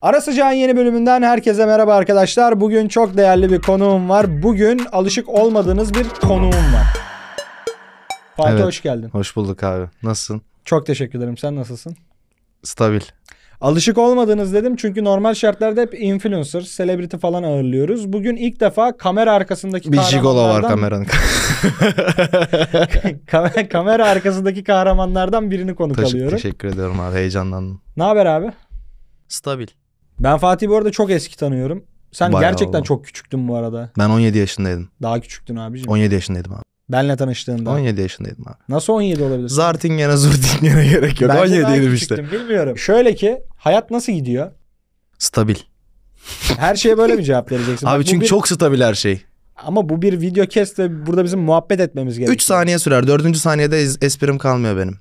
Ara Sıcağın yeni bölümünden herkese merhaba arkadaşlar. Bugün çok değerli bir konuğum var. Bugün alışık olmadığınız bir konuğum var. Fatih Evet. hoş geldin. Hoş bulduk abi. Nasılsın? Çok teşekkür ederim. Sen nasılsın? Stabil. Alışık olmadınız dedim çünkü normal şartlarda hep influencer, celebrity falan ağırlıyoruz. Bugün ilk defa kamera arkasındaki Bir jigolo var kahramanlardan- kameranın. Kam- kamera arkasındaki kahramanlardan birini konuk Teşekkür, alıyorum. teşekkür ediyorum abi. Heyecanlandım. Ne haber abi? Stabil. Ben Fatih'i bu arada çok eski tanıyorum. Sen Bayağı gerçekten oldu. çok küçüktün bu arada. Ben 17 yaşındaydım. Daha küçüktün abicim. 17 yaşındaydım abi. Benle tanıştığında. 17 yaşındaydım abi. Nasıl 17 olabilir? Zartingene zurtingene gerek yok. Bence daha 17'ydim işte. küçüktüm, Bilmiyorum. Şöyle ki hayat nasıl gidiyor? Stabil. Her şeye böyle mi cevap vereceksin? Bak, Abi bu çünkü bir- çok stabil her şey. Ama bu bir video kes ve burada bizim muhabbet etmemiz gerekiyor. 3 saniye sürer. 4. saniyede es- esprim kalmıyor benim.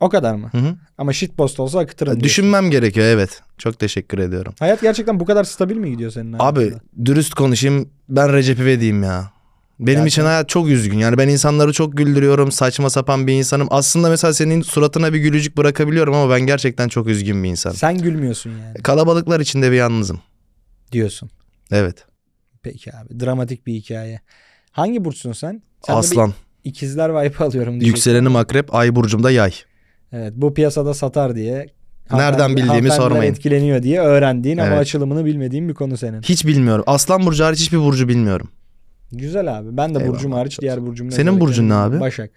O kadar mı? Hı hı. Ama shitpost olsa akıtırım. diyorsun. Düşünmem gerekiyor evet. Çok teşekkür ediyorum. Hayat gerçekten bu kadar stabil mi gidiyor senin Abi hayatında? dürüst konuşayım. Ben Recep İvedik'im ya. Benim için Gerçekten. hayat çok üzgün. Yani ben insanları çok güldürüyorum. Saçma sapan bir insanım. Aslında mesela senin suratına bir gülücük bırakabiliyorum ama ben gerçekten çok üzgün bir insanım. Sen gülmüyorsun yani Kalabalıklar içinde bir yalnızım. diyorsun. Evet. Peki abi dramatik bir hikaye. Hangi burçsun sen? Sen de bir şey Aslan. ikizler vibe alıyorum diye. Yükselenim akrep. Ay burcumda yay. Evet bu piyasada satar diye. Nereden hanımefendi- bildiğimi hanımefendiler sormayın. etkileniyor diye öğrendiğin ama Evet. açılımını bilmediğin bir konu senin. Hiç bilmiyorum. Aslan burcu hariç hiçbir burcu bilmiyorum. Güzel abi. Ben de Eyvallah. burcum hariç diğer burcum ne Senin özellikle burcun ne bilmiyorum. abi? Başak.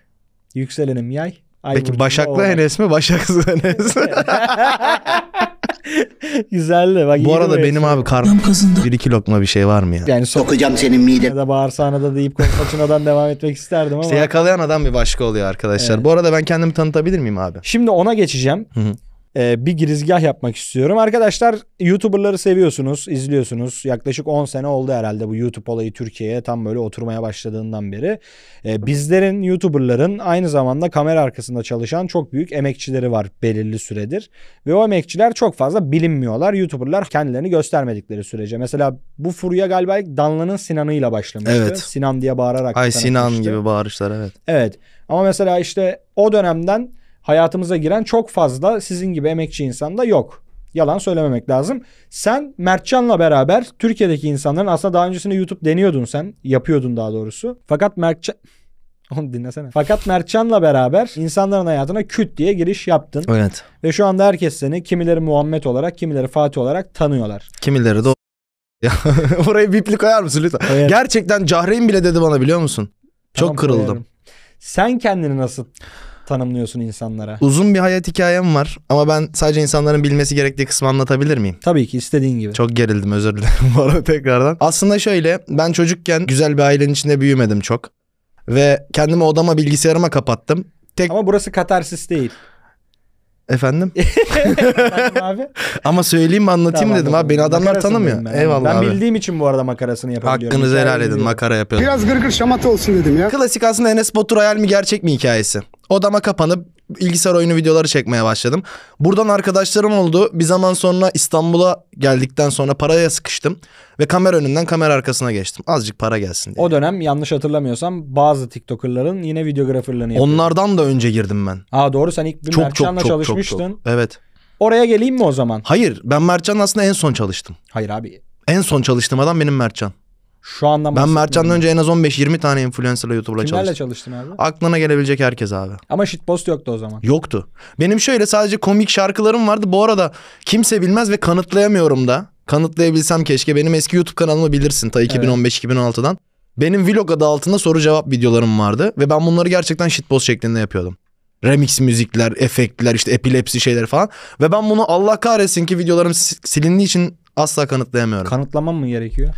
Yükselenim yay. Ay Peki burcum da Başaklı Oğlak. Enes mi? Başaksız Enes. Güzeldi. Bak, şey. Bu arada benim abi karnım bir iki lokma bir şey var mı ya? yani son Sokacağım senin mide. ya da bağırsağına da deyip koçunadan devam etmek isterdim ama. İşte yakalayan adam bir başka oluyor arkadaşlar. Evet. Bu arada ben kendimi tanıtabilir miyim abi? Şimdi ona geçeceğim. Hı hı. Ee, bir girizgah yapmak istiyorum. Arkadaşlar YouTuber'ları seviyorsunuz, izliyorsunuz. Yaklaşık 10 sene oldu herhalde bu YouTube olayı Türkiye'ye tam böyle oturmaya başladığından beri. Ee, bizlerin, YouTuber'ların aynı zamanda kamera arkasında çalışan çok büyük emekçileri var belirli süredir. Ve o emekçiler çok fazla bilinmiyorlar. YouTuber'lar kendilerini göstermedikleri sürece. Mesela bu furya galiba ilk Danla'nın Sinan'ıyla başlamıştı. Evet. Sinan diye bağırarak. Ay Sinan tanıtmıştı. gibi bağırışlar evet. Evet. Ama mesela işte o dönemden hayatımıza giren çok fazla sizin gibi emekçi insan da yok. Yalan söylememek lazım. Sen Mertcan'la beraber Türkiye'deki insanların aslında daha öncesinde YouTube deniyordun sen. Yapıyordun daha doğrusu. Fakat Mertcan... Onu dinlesene. Fakat Mertcan'la beraber insanların hayatına küt diye giriş yaptın. Evet. Ve şu anda herkes seni kimileri Muhammed olarak kimileri Fatih olarak tanıyorlar. Kimileri de o- ya, orayı bipli koyar mısın lütfen? Koyarım. Gerçekten Cahreyn bile dedi bana biliyor musun? Çok Tamam, kırıldım. koyarım. Sen kendini nasıl tanımlıyorsun insanlara? Uzun bir hayat hikayem var ama ben sadece insanların bilmesi gerektiği kısmı anlatabilir miyim? Tabii ki istediğin gibi. Çok gerildim özür dilerim bu arada tekrardan. Aslında şöyle ben çocukken güzel bir ailenin içinde büyümedim çok. Ve kendimi odama bilgisayarıma kapattım. Tek Ama burası katarsis değil. efendim Efendim abi? ama söyleyeyim mi anlatayım Tamam, dedim anladım. abi beni adamlar Makarasındayım tanımıyor. Ben. Eyvallah Ben abi. bildiğim için bu arada makarasını yapabiliyorum. Hakkınızı helal Hikayeyi edin biliyorum. makara yapıyorum. Biraz gırgır şamata olsun dedim ya. Klasik aslında Enes Batur hayal mi gerçek mi hikayesi. Odama kapanıp bilgisayar oyunu videoları çekmeye başladım. Buradan arkadaşlarım oldu. Bir zaman sonra İstanbul'a geldikten sonra paraya sıkıştım. Ve kamera önünden kamera arkasına geçtim. Azıcık para gelsin diye. O dönem yanlış hatırlamıyorsam bazı TikToker'ların yine videografırlığını yapıyor. Onlardan da önce girdim ben. Aa doğru sen ilk bir Çok çok Mertcan'la çok çok çalışmıştın. çok. Evet. Oraya geleyim mi o zaman? Hayır ben Mertcan'la aslında en son çalıştım. Hayır abi. En son çalıştığım adam benim Mertcan. Şu andan Ben bahsetmiyorum. Mertcan'dan önce en az 15-20 tane influencerla YouTuber'la Kimlerle çalıştım. çalıştın abi? Aklına gelebilecek herkes abi. Ama shitpost yoktu o zaman. Yoktu. Benim şöyle sadece komik şarkılarım vardı. Bu arada kimse bilmez ve kanıtlayamıyorum da. Kanıtlayabilsem keşke. Benim eski YouTube kanalımı bilirsin ta 2015-2016'dan. Benim vlog adı altında soru cevap videolarım vardı. Ve ben bunları gerçekten shitpost şeklinde yapıyordum. Remix müzikler, efektler, işte epilepsi şeyler falan. Ve ben bunu Allah kahretsin ki videolarım si- silindiği için asla kanıtlayamıyorum. Kanıtlamam mı gerekiyor?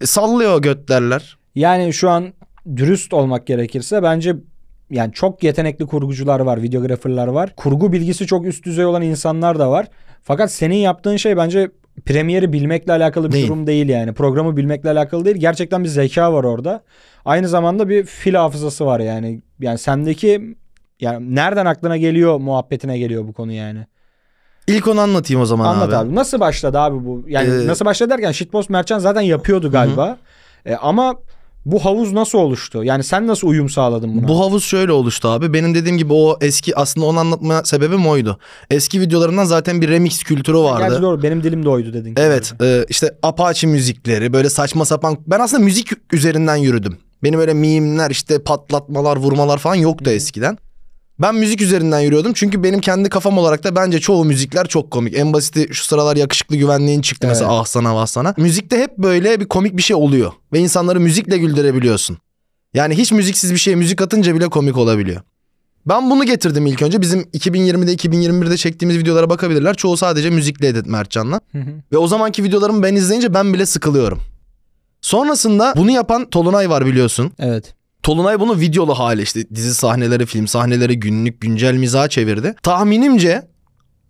E, sallıyor götlerler. Yani şu an dürüst olmak gerekirse bence yani çok yetenekli kurgucular var, videografırlar var. Kurgu bilgisi çok üst düzey olan insanlar da var. Fakat senin yaptığın şey bence premieri bilmekle alakalı bir Değil. durum değil yani. Programı bilmekle alakalı değil. Gerçekten bir zeka var orada. Aynı zamanda bir fil hafızası var yani. Yani sendeki yani nereden aklına geliyor muhabbetine geliyor bu konu yani. İlk onu anlatayım o zaman Anlat abi. abi. Nasıl başladı abi bu? Yani Ee, nasıl başladı derken shitpost Mertcan zaten yapıyordu galiba. E, ama Bu havuz nasıl oluştu? Yani sen nasıl uyum sağladın buna? Bu havuz şöyle oluştu abi. Benim dediğim gibi o eski aslında onu anlatma sebebim oydu. Eski videolarından zaten bir remix kültürü Gerçi vardı. doğru benim dilim de oydu dedin. ki. Evet e, işte Apache müzikleri böyle saçma sapan. Ben aslında müzik üzerinden yürüdüm. Benim öyle mimler işte patlatmalar vurmalar falan yoktu eskiden. Ben müzik üzerinden yürüyordum çünkü benim kendi kafam olarak da bence çoğu müzikler çok komik. En basiti şu sıralar yakışıklı güvenliğin çıktı mesela ah sana vah sana. Müzikte hep böyle bir komik bir şey oluyor ve insanları müzikle güldürebiliyorsun. Yani hiç müziksiz bir şeye müzik atınca bile komik olabiliyor. Ben bunu getirdim ilk önce. Bizim 2020'de 2021'de çektiğimiz videolara bakabilirler. Çoğu sadece müzikle edit Mertcan'la. Hı hı. Ve o zamanki videolarımı ben izleyince ben bile sıkılıyorum. Sonrasında bunu yapan Tolunay var biliyorsun. Evet. Tolunay bunu videolu hale işte dizi sahneleri, film sahneleri, günlük, güncel mizaha çevirdi. Tahminimce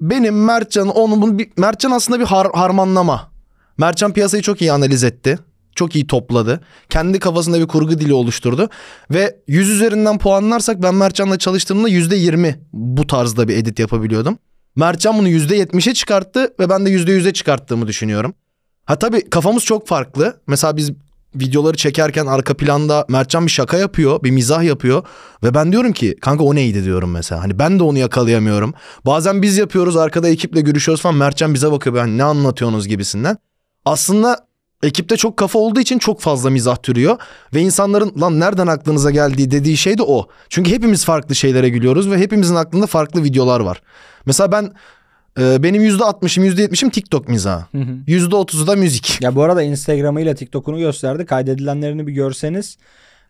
benim Mertcan'ın onu bunu bir, Mertcan aslında bir har- harmanlama. Mertcan piyasayı çok iyi analiz etti. Çok iyi topladı. Kendi kafasında bir kurgu dili oluşturdu. Ve 100 üzerinden puanlarsak ben Mertcan'la çalıştığımda %20 bu tarzda bir edit yapabiliyordum. Mertcan bunu %70'e çıkarttı ve ben de %100'e çıkarttığımı düşünüyorum. Ha tabii kafamız çok farklı. Mesela biz videoları çekerken arka planda Mertcan bir şaka yapıyor, bir mizah yapıyor ve ben diyorum ki kanka o neydi diyorum mesela. Hani ben de onu yakalayamıyorum. Bazen biz yapıyoruz arkada ekiple görüşüyoruz falan Mertcan bize bakıyor ben ne anlatıyorsunuz gibisinden. Aslında ekipte çok kafa olduğu için çok fazla mizah türüyor ve insanların lan nereden aklınıza geldiği dediği şey de o. Çünkü hepimiz farklı şeylere gülüyoruz ve hepimizin aklında farklı videolar var. Mesela ben e, benim %60'ım %70'im TikTok mizahı. Hı hı. %30'u da müzik. Ya bu arada Instagram'ıyla TikTok'unu gösterdi. Kaydedilenlerini bir görseniz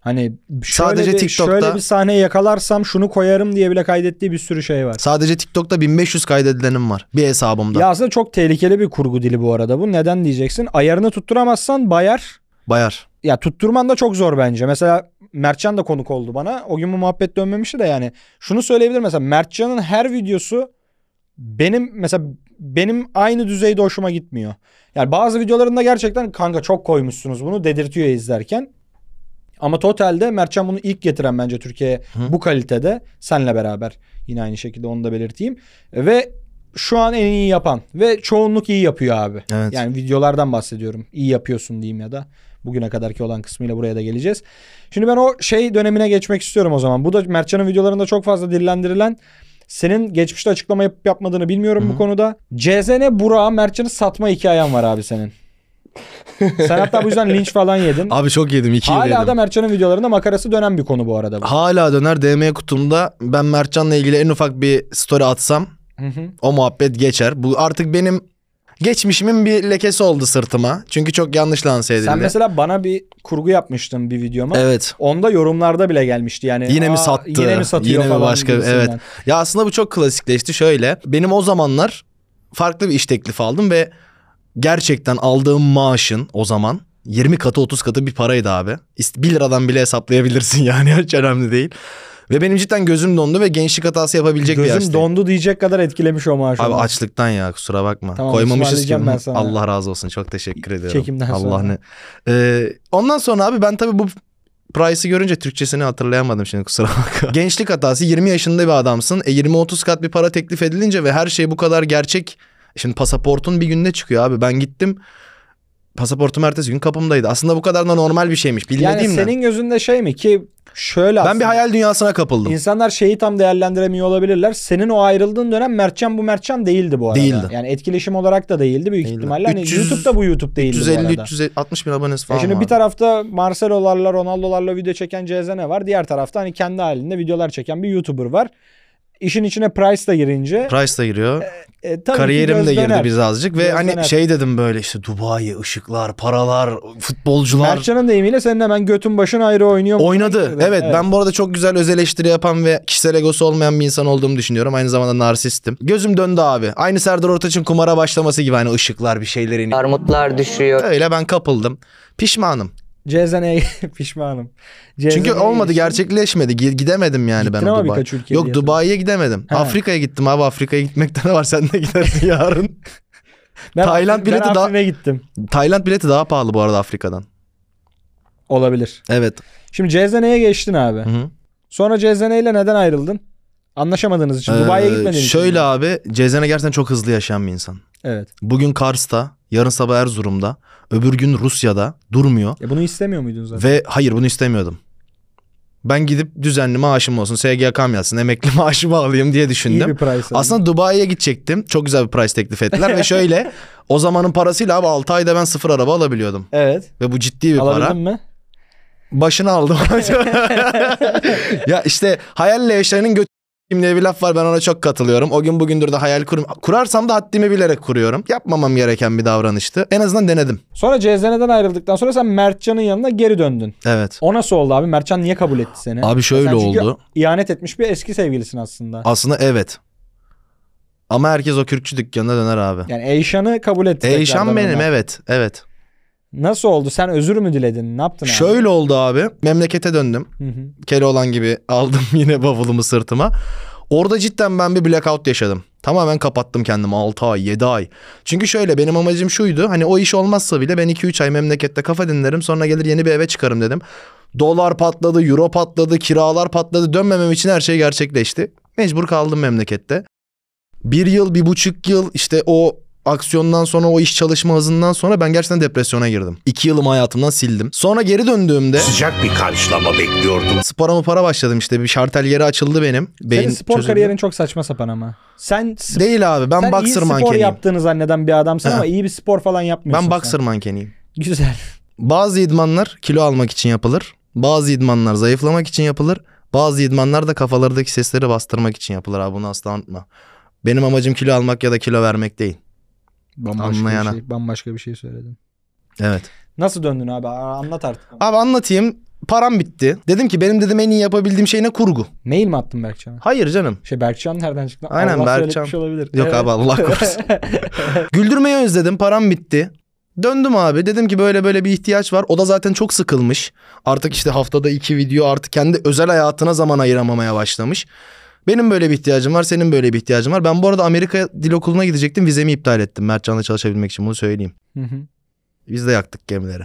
hani şöyle Sadece bir, TikTok'ta- şöyle bir sahne yakalarsam şunu koyarım diye bile kaydettiği bir sürü şey var. Sadece TikTok'ta 1500 kaydedilenim var bir hesabımda. Ya aslında çok tehlikeli bir kurgu dili bu arada bu. Neden diyeceksin? Ayarını tutturamazsan bayar. Bayar. Ya tutturman da çok zor bence. Mesela Mertcan da konuk oldu bana. O gün bu muhabbet dönmemişti de yani. Şunu söyleyebilirim mesela Mertcan'ın her videosu benim mesela benim aynı düzeyde hoşuma gitmiyor. Yani bazı videolarında gerçekten kanka çok koymuşsunuz bunu dedirtiyor izlerken. Ama totalde Mertcan bunu ilk getiren bence Türkiye'ye bu kalitede senle beraber yine aynı şekilde onu da belirteyim. Ve şu an en iyi yapan ve çoğunluk iyi yapıyor abi. Evet. Yani videolardan bahsediyorum. İyi yapıyorsun diyeyim ya da bugüne kadarki olan kısmıyla buraya da geleceğiz. Şimdi ben o şey dönemine geçmek istiyorum o zaman. Bu da Mertcan'ın videolarında çok fazla dillendirilen senin geçmişte açıklama yapıp yapmadığını bilmiyorum bu konuda. CZN Burak'a Mertcan'ı satma hikayen var abi senin. Sen hatta bu yüzden linç falan yedin. Abi çok yedim 2 yıl Hala yedim. da Mertcan'ın videolarında makarası dönen bir konu bu arada bu. Hala döner DM kutumda ben Mertcan'la ilgili en ufak bir story atsam Hı hı. o muhabbet geçer. Bu artık benim geçmişimin bir lekesi oldu sırtıma. Çünkü çok yanlış lanse edildi. Sen mesela bana bir kurgu yapmıştın bir videoma. Evet. Onda yorumlarda bile gelmişti yani. Yine mi "Aa, sattı? Yine mi satıyor Yine mi falan başka? gibisinden. Evet. Ya aslında bu çok klasikleşti. Şöyle benim o zamanlar farklı bir iş teklifi aldım ve gerçekten aldığım maaşın o zaman 20 katı 30 katı bir paraydı abi. İst- 1 liradan bile hesaplayabilirsin yani hiç önemli değil. Ve benim cidden gözüm dondu ve gençlik hatası yapabilecek bir yaştayım. Gözüm dondu diyecek kadar etkilemiş o maaşı. Abi onu. açlıktan ya kusura bakma. Tamam, Koymamışız ki. ısmarlayacağım ben sana. Allah razı olsun çok teşekkür ediyorum. Çekimden Allah sonra. ne. Ee, ondan sonra abi ben tabii bu Price'ı görünce Türkçesini hatırlayamadım şimdi kusura bakma. Gençlik hatası 20 yaşında bir adamsın. E 20-30 kat bir para teklif edilince ve her şey bu kadar gerçek. Şimdi pasaportun bir günde çıkıyor abi. Ben gittim. Pasaportum ertesi gün kapımdaydı. Aslında bu kadar da normal bir şeymiş. Bilmediğimden. Yani senin gözünde şey mi ki şöyle Ben bir hayal dünyasına kapıldım. İnsanlar şeyi tam değerlendiremiyor olabilirler. Senin o ayrıldığın dönem Mertcan bu Mertcan değildi bu arada. Değildi. Yani etkileşim olarak da değildi büyük Değildi. ihtimalle. Hani 300, YouTube'da bu YouTube değildi bu arada. 350-360 bin abonesi E falan şimdi vardı. bir tarafta Marcelo'larla Ronaldo'larla video çeken CZN var. Diğer tarafta hani kendi halinde videolar çeken bir YouTuber var. İşin içine Price da girince Price da giriyor. e, tabii ki Kariyerim göz de girdi döner. biz azıcık ve Göz hani döner. şey dedim böyle işte Dubai, ışıklar, paralar, futbolcular Mertcan'ın deyimiyle senin hemen götün başın ayrı oynuyor. oynadı. Girdin. Evet, ben bu arada çok güzel öz eleştiri yapan ve kişisel egosu olmayan bir insan olduğumu düşünüyorum. Aynı zamanda narsistim. Gözüm döndü abi. Aynı Serdar Ortaç'ın kumara başlaması gibi hani ışıklar bir şeyler iniyor. Armutlar düşüyor. Öyle ben kapıldım. Pişmanım. CZN'ye pişmanım. Çünkü CZN'ye olmadı, gittin. gerçekleşmedi. Gi- Gidemedim yani Gittin ben o ama Dubai. birkaç ülkeye Yok diye Dubai'ye gidemedim. Ha. Afrika'ya gittim abi. Afrika'ya gitmekten var. Sen de gidersin yarın. Ben, Tayland ben bileti daha- Afrin'e gittim. Tayland bileti daha pahalı bu arada Afrika'dan. Olabilir. Evet. Şimdi CZN'ye geçtin abi. Hı hı. Sonra CZN ile neden ayrıldın? Anlaşamadığınız için. Dubai'ye Ee, gitmediğin için. Şöyle mi? abi Cezene gerçekten çok hızlı yaşayan bir insan. Evet. Bugün Kars'ta Yarın sabah Erzurum'da. Öbür gün Rusya'da. Durmuyor. Ya E, bunu istemiyor muydun zaten? Ve hayır bunu istemiyordum. Ben gidip düzenli maaşım olsun. SGK'm yatsın. Emekli maaşımı alayım diye İyi düşündüm. bir price. aldın. Aslında Dubai'ye gidecektim. Çok güzel bir price teklif ettiler. ve şöyle o zamanın parasıyla abi 6 ayda ben sıfır araba alabiliyordum. evet. Ve bu ciddi bir para. Alabildin mi? Başını aldım. ya işte hayalle yaşayanın götü diye bir laf var ben ona çok katılıyorum. O gün bugündür de hayal kurum. Kurarsam da haddimi bilerek kuruyorum. Yapmamam gereken bir davranıştı. En azından denedim. Sonra CZN'den ayrıldıktan sonra sen Mertcan'ın yanına geri döndün. Evet. O nasıl oldu abi? Mertcan niye kabul etti seni? Abi şöyle Sen çünkü oldu. İhanet etmiş bir eski sevgilisin aslında. Aslında evet. Ama herkes o kürkçü dükkanına döner abi. E, Yani Eyşan'ı kabul etti. Eyşan tekrardan benim ona. evet evet. Nasıl oldu? Sen özür mü diledin? Ne yaptın abi? Şöyle oldu abi. Memlekete döndüm. Hı hı. Keloğlan gibi aldım yine bavulumu sırtıma. Orada cidden ben bir blackout yaşadım. Tamamen kapattım kendimi 6 ay 7 ay. Çünkü şöyle benim amacım şuydu. Hani o iş olmazsa bile ben 2-3 ay memlekette kafa dinlerim. Sonra gelir yeni bir eve çıkarım dedim. Dolar patladı, euro patladı, kiralar patladı. Dönmemem için her şey gerçekleşti. Mecbur kaldım memlekette. Bir yıl, bir buçuk yıl işte o aksiyondan sonra o iş çalışma hızından sonra ben gerçekten depresyona girdim. İki yılımı hayatımdan sildim. Sonra geri döndüğümde... Sıcak bir karşılama bekliyordum. Spora mı para başladım işte. Bir şartel yeri açıldı benim. Beyin Senin spor çözüldü. kariyerin çok saçma sapan ama. Sen sp- Değil abi. Ben sen iyi boxer spor mankeniyim. yaptığını zanneden bir adamsın Ha. ama iyi bir spor falan yapmıyorsun. Ben sen. boxer mankeniyim. Güzel. Bazı idmanlar kilo almak için yapılır. Bazı idmanlar zayıflamak için yapılır. Bazı idmanlar da kafalardaki sesleri bastırmak için yapılır abi. Bunu asla unutma. Benim amacım kilo almak ya da kilo vermek değil. Bambaşka Anlayana. bir şey, bambaşka bir şey söyledin. Evet. Nasıl döndün abi? Aa, Anlat artık. Abi anlatayım. Param bitti. Dedim ki benim dedim en iyi yapabildiğim şey ne kurgu. Mail mi attın Berkcan'a? Hayır canım. Şey Berkcan nereden çıktı? Aynen, Allah Berkcan. söyletmiş olabilir. Yok Evet. abi Allah korusun. Güldürmeyi özledim. Param bitti. Döndüm abi. Dedim ki böyle böyle bir ihtiyaç var. O da zaten çok sıkılmış. Artık işte haftada iki video artık kendi özel hayatına zaman ayıramamaya başlamış. Benim böyle bir ihtiyacım var. Senin böyle bir ihtiyacın var. Ben bu arada Amerika Dil Okulu'na gidecektim. Vizemi iptal ettim. Mertcan'la çalışabilmek için bunu söyleyeyim. Hı hı. Biz de yaktık gemileri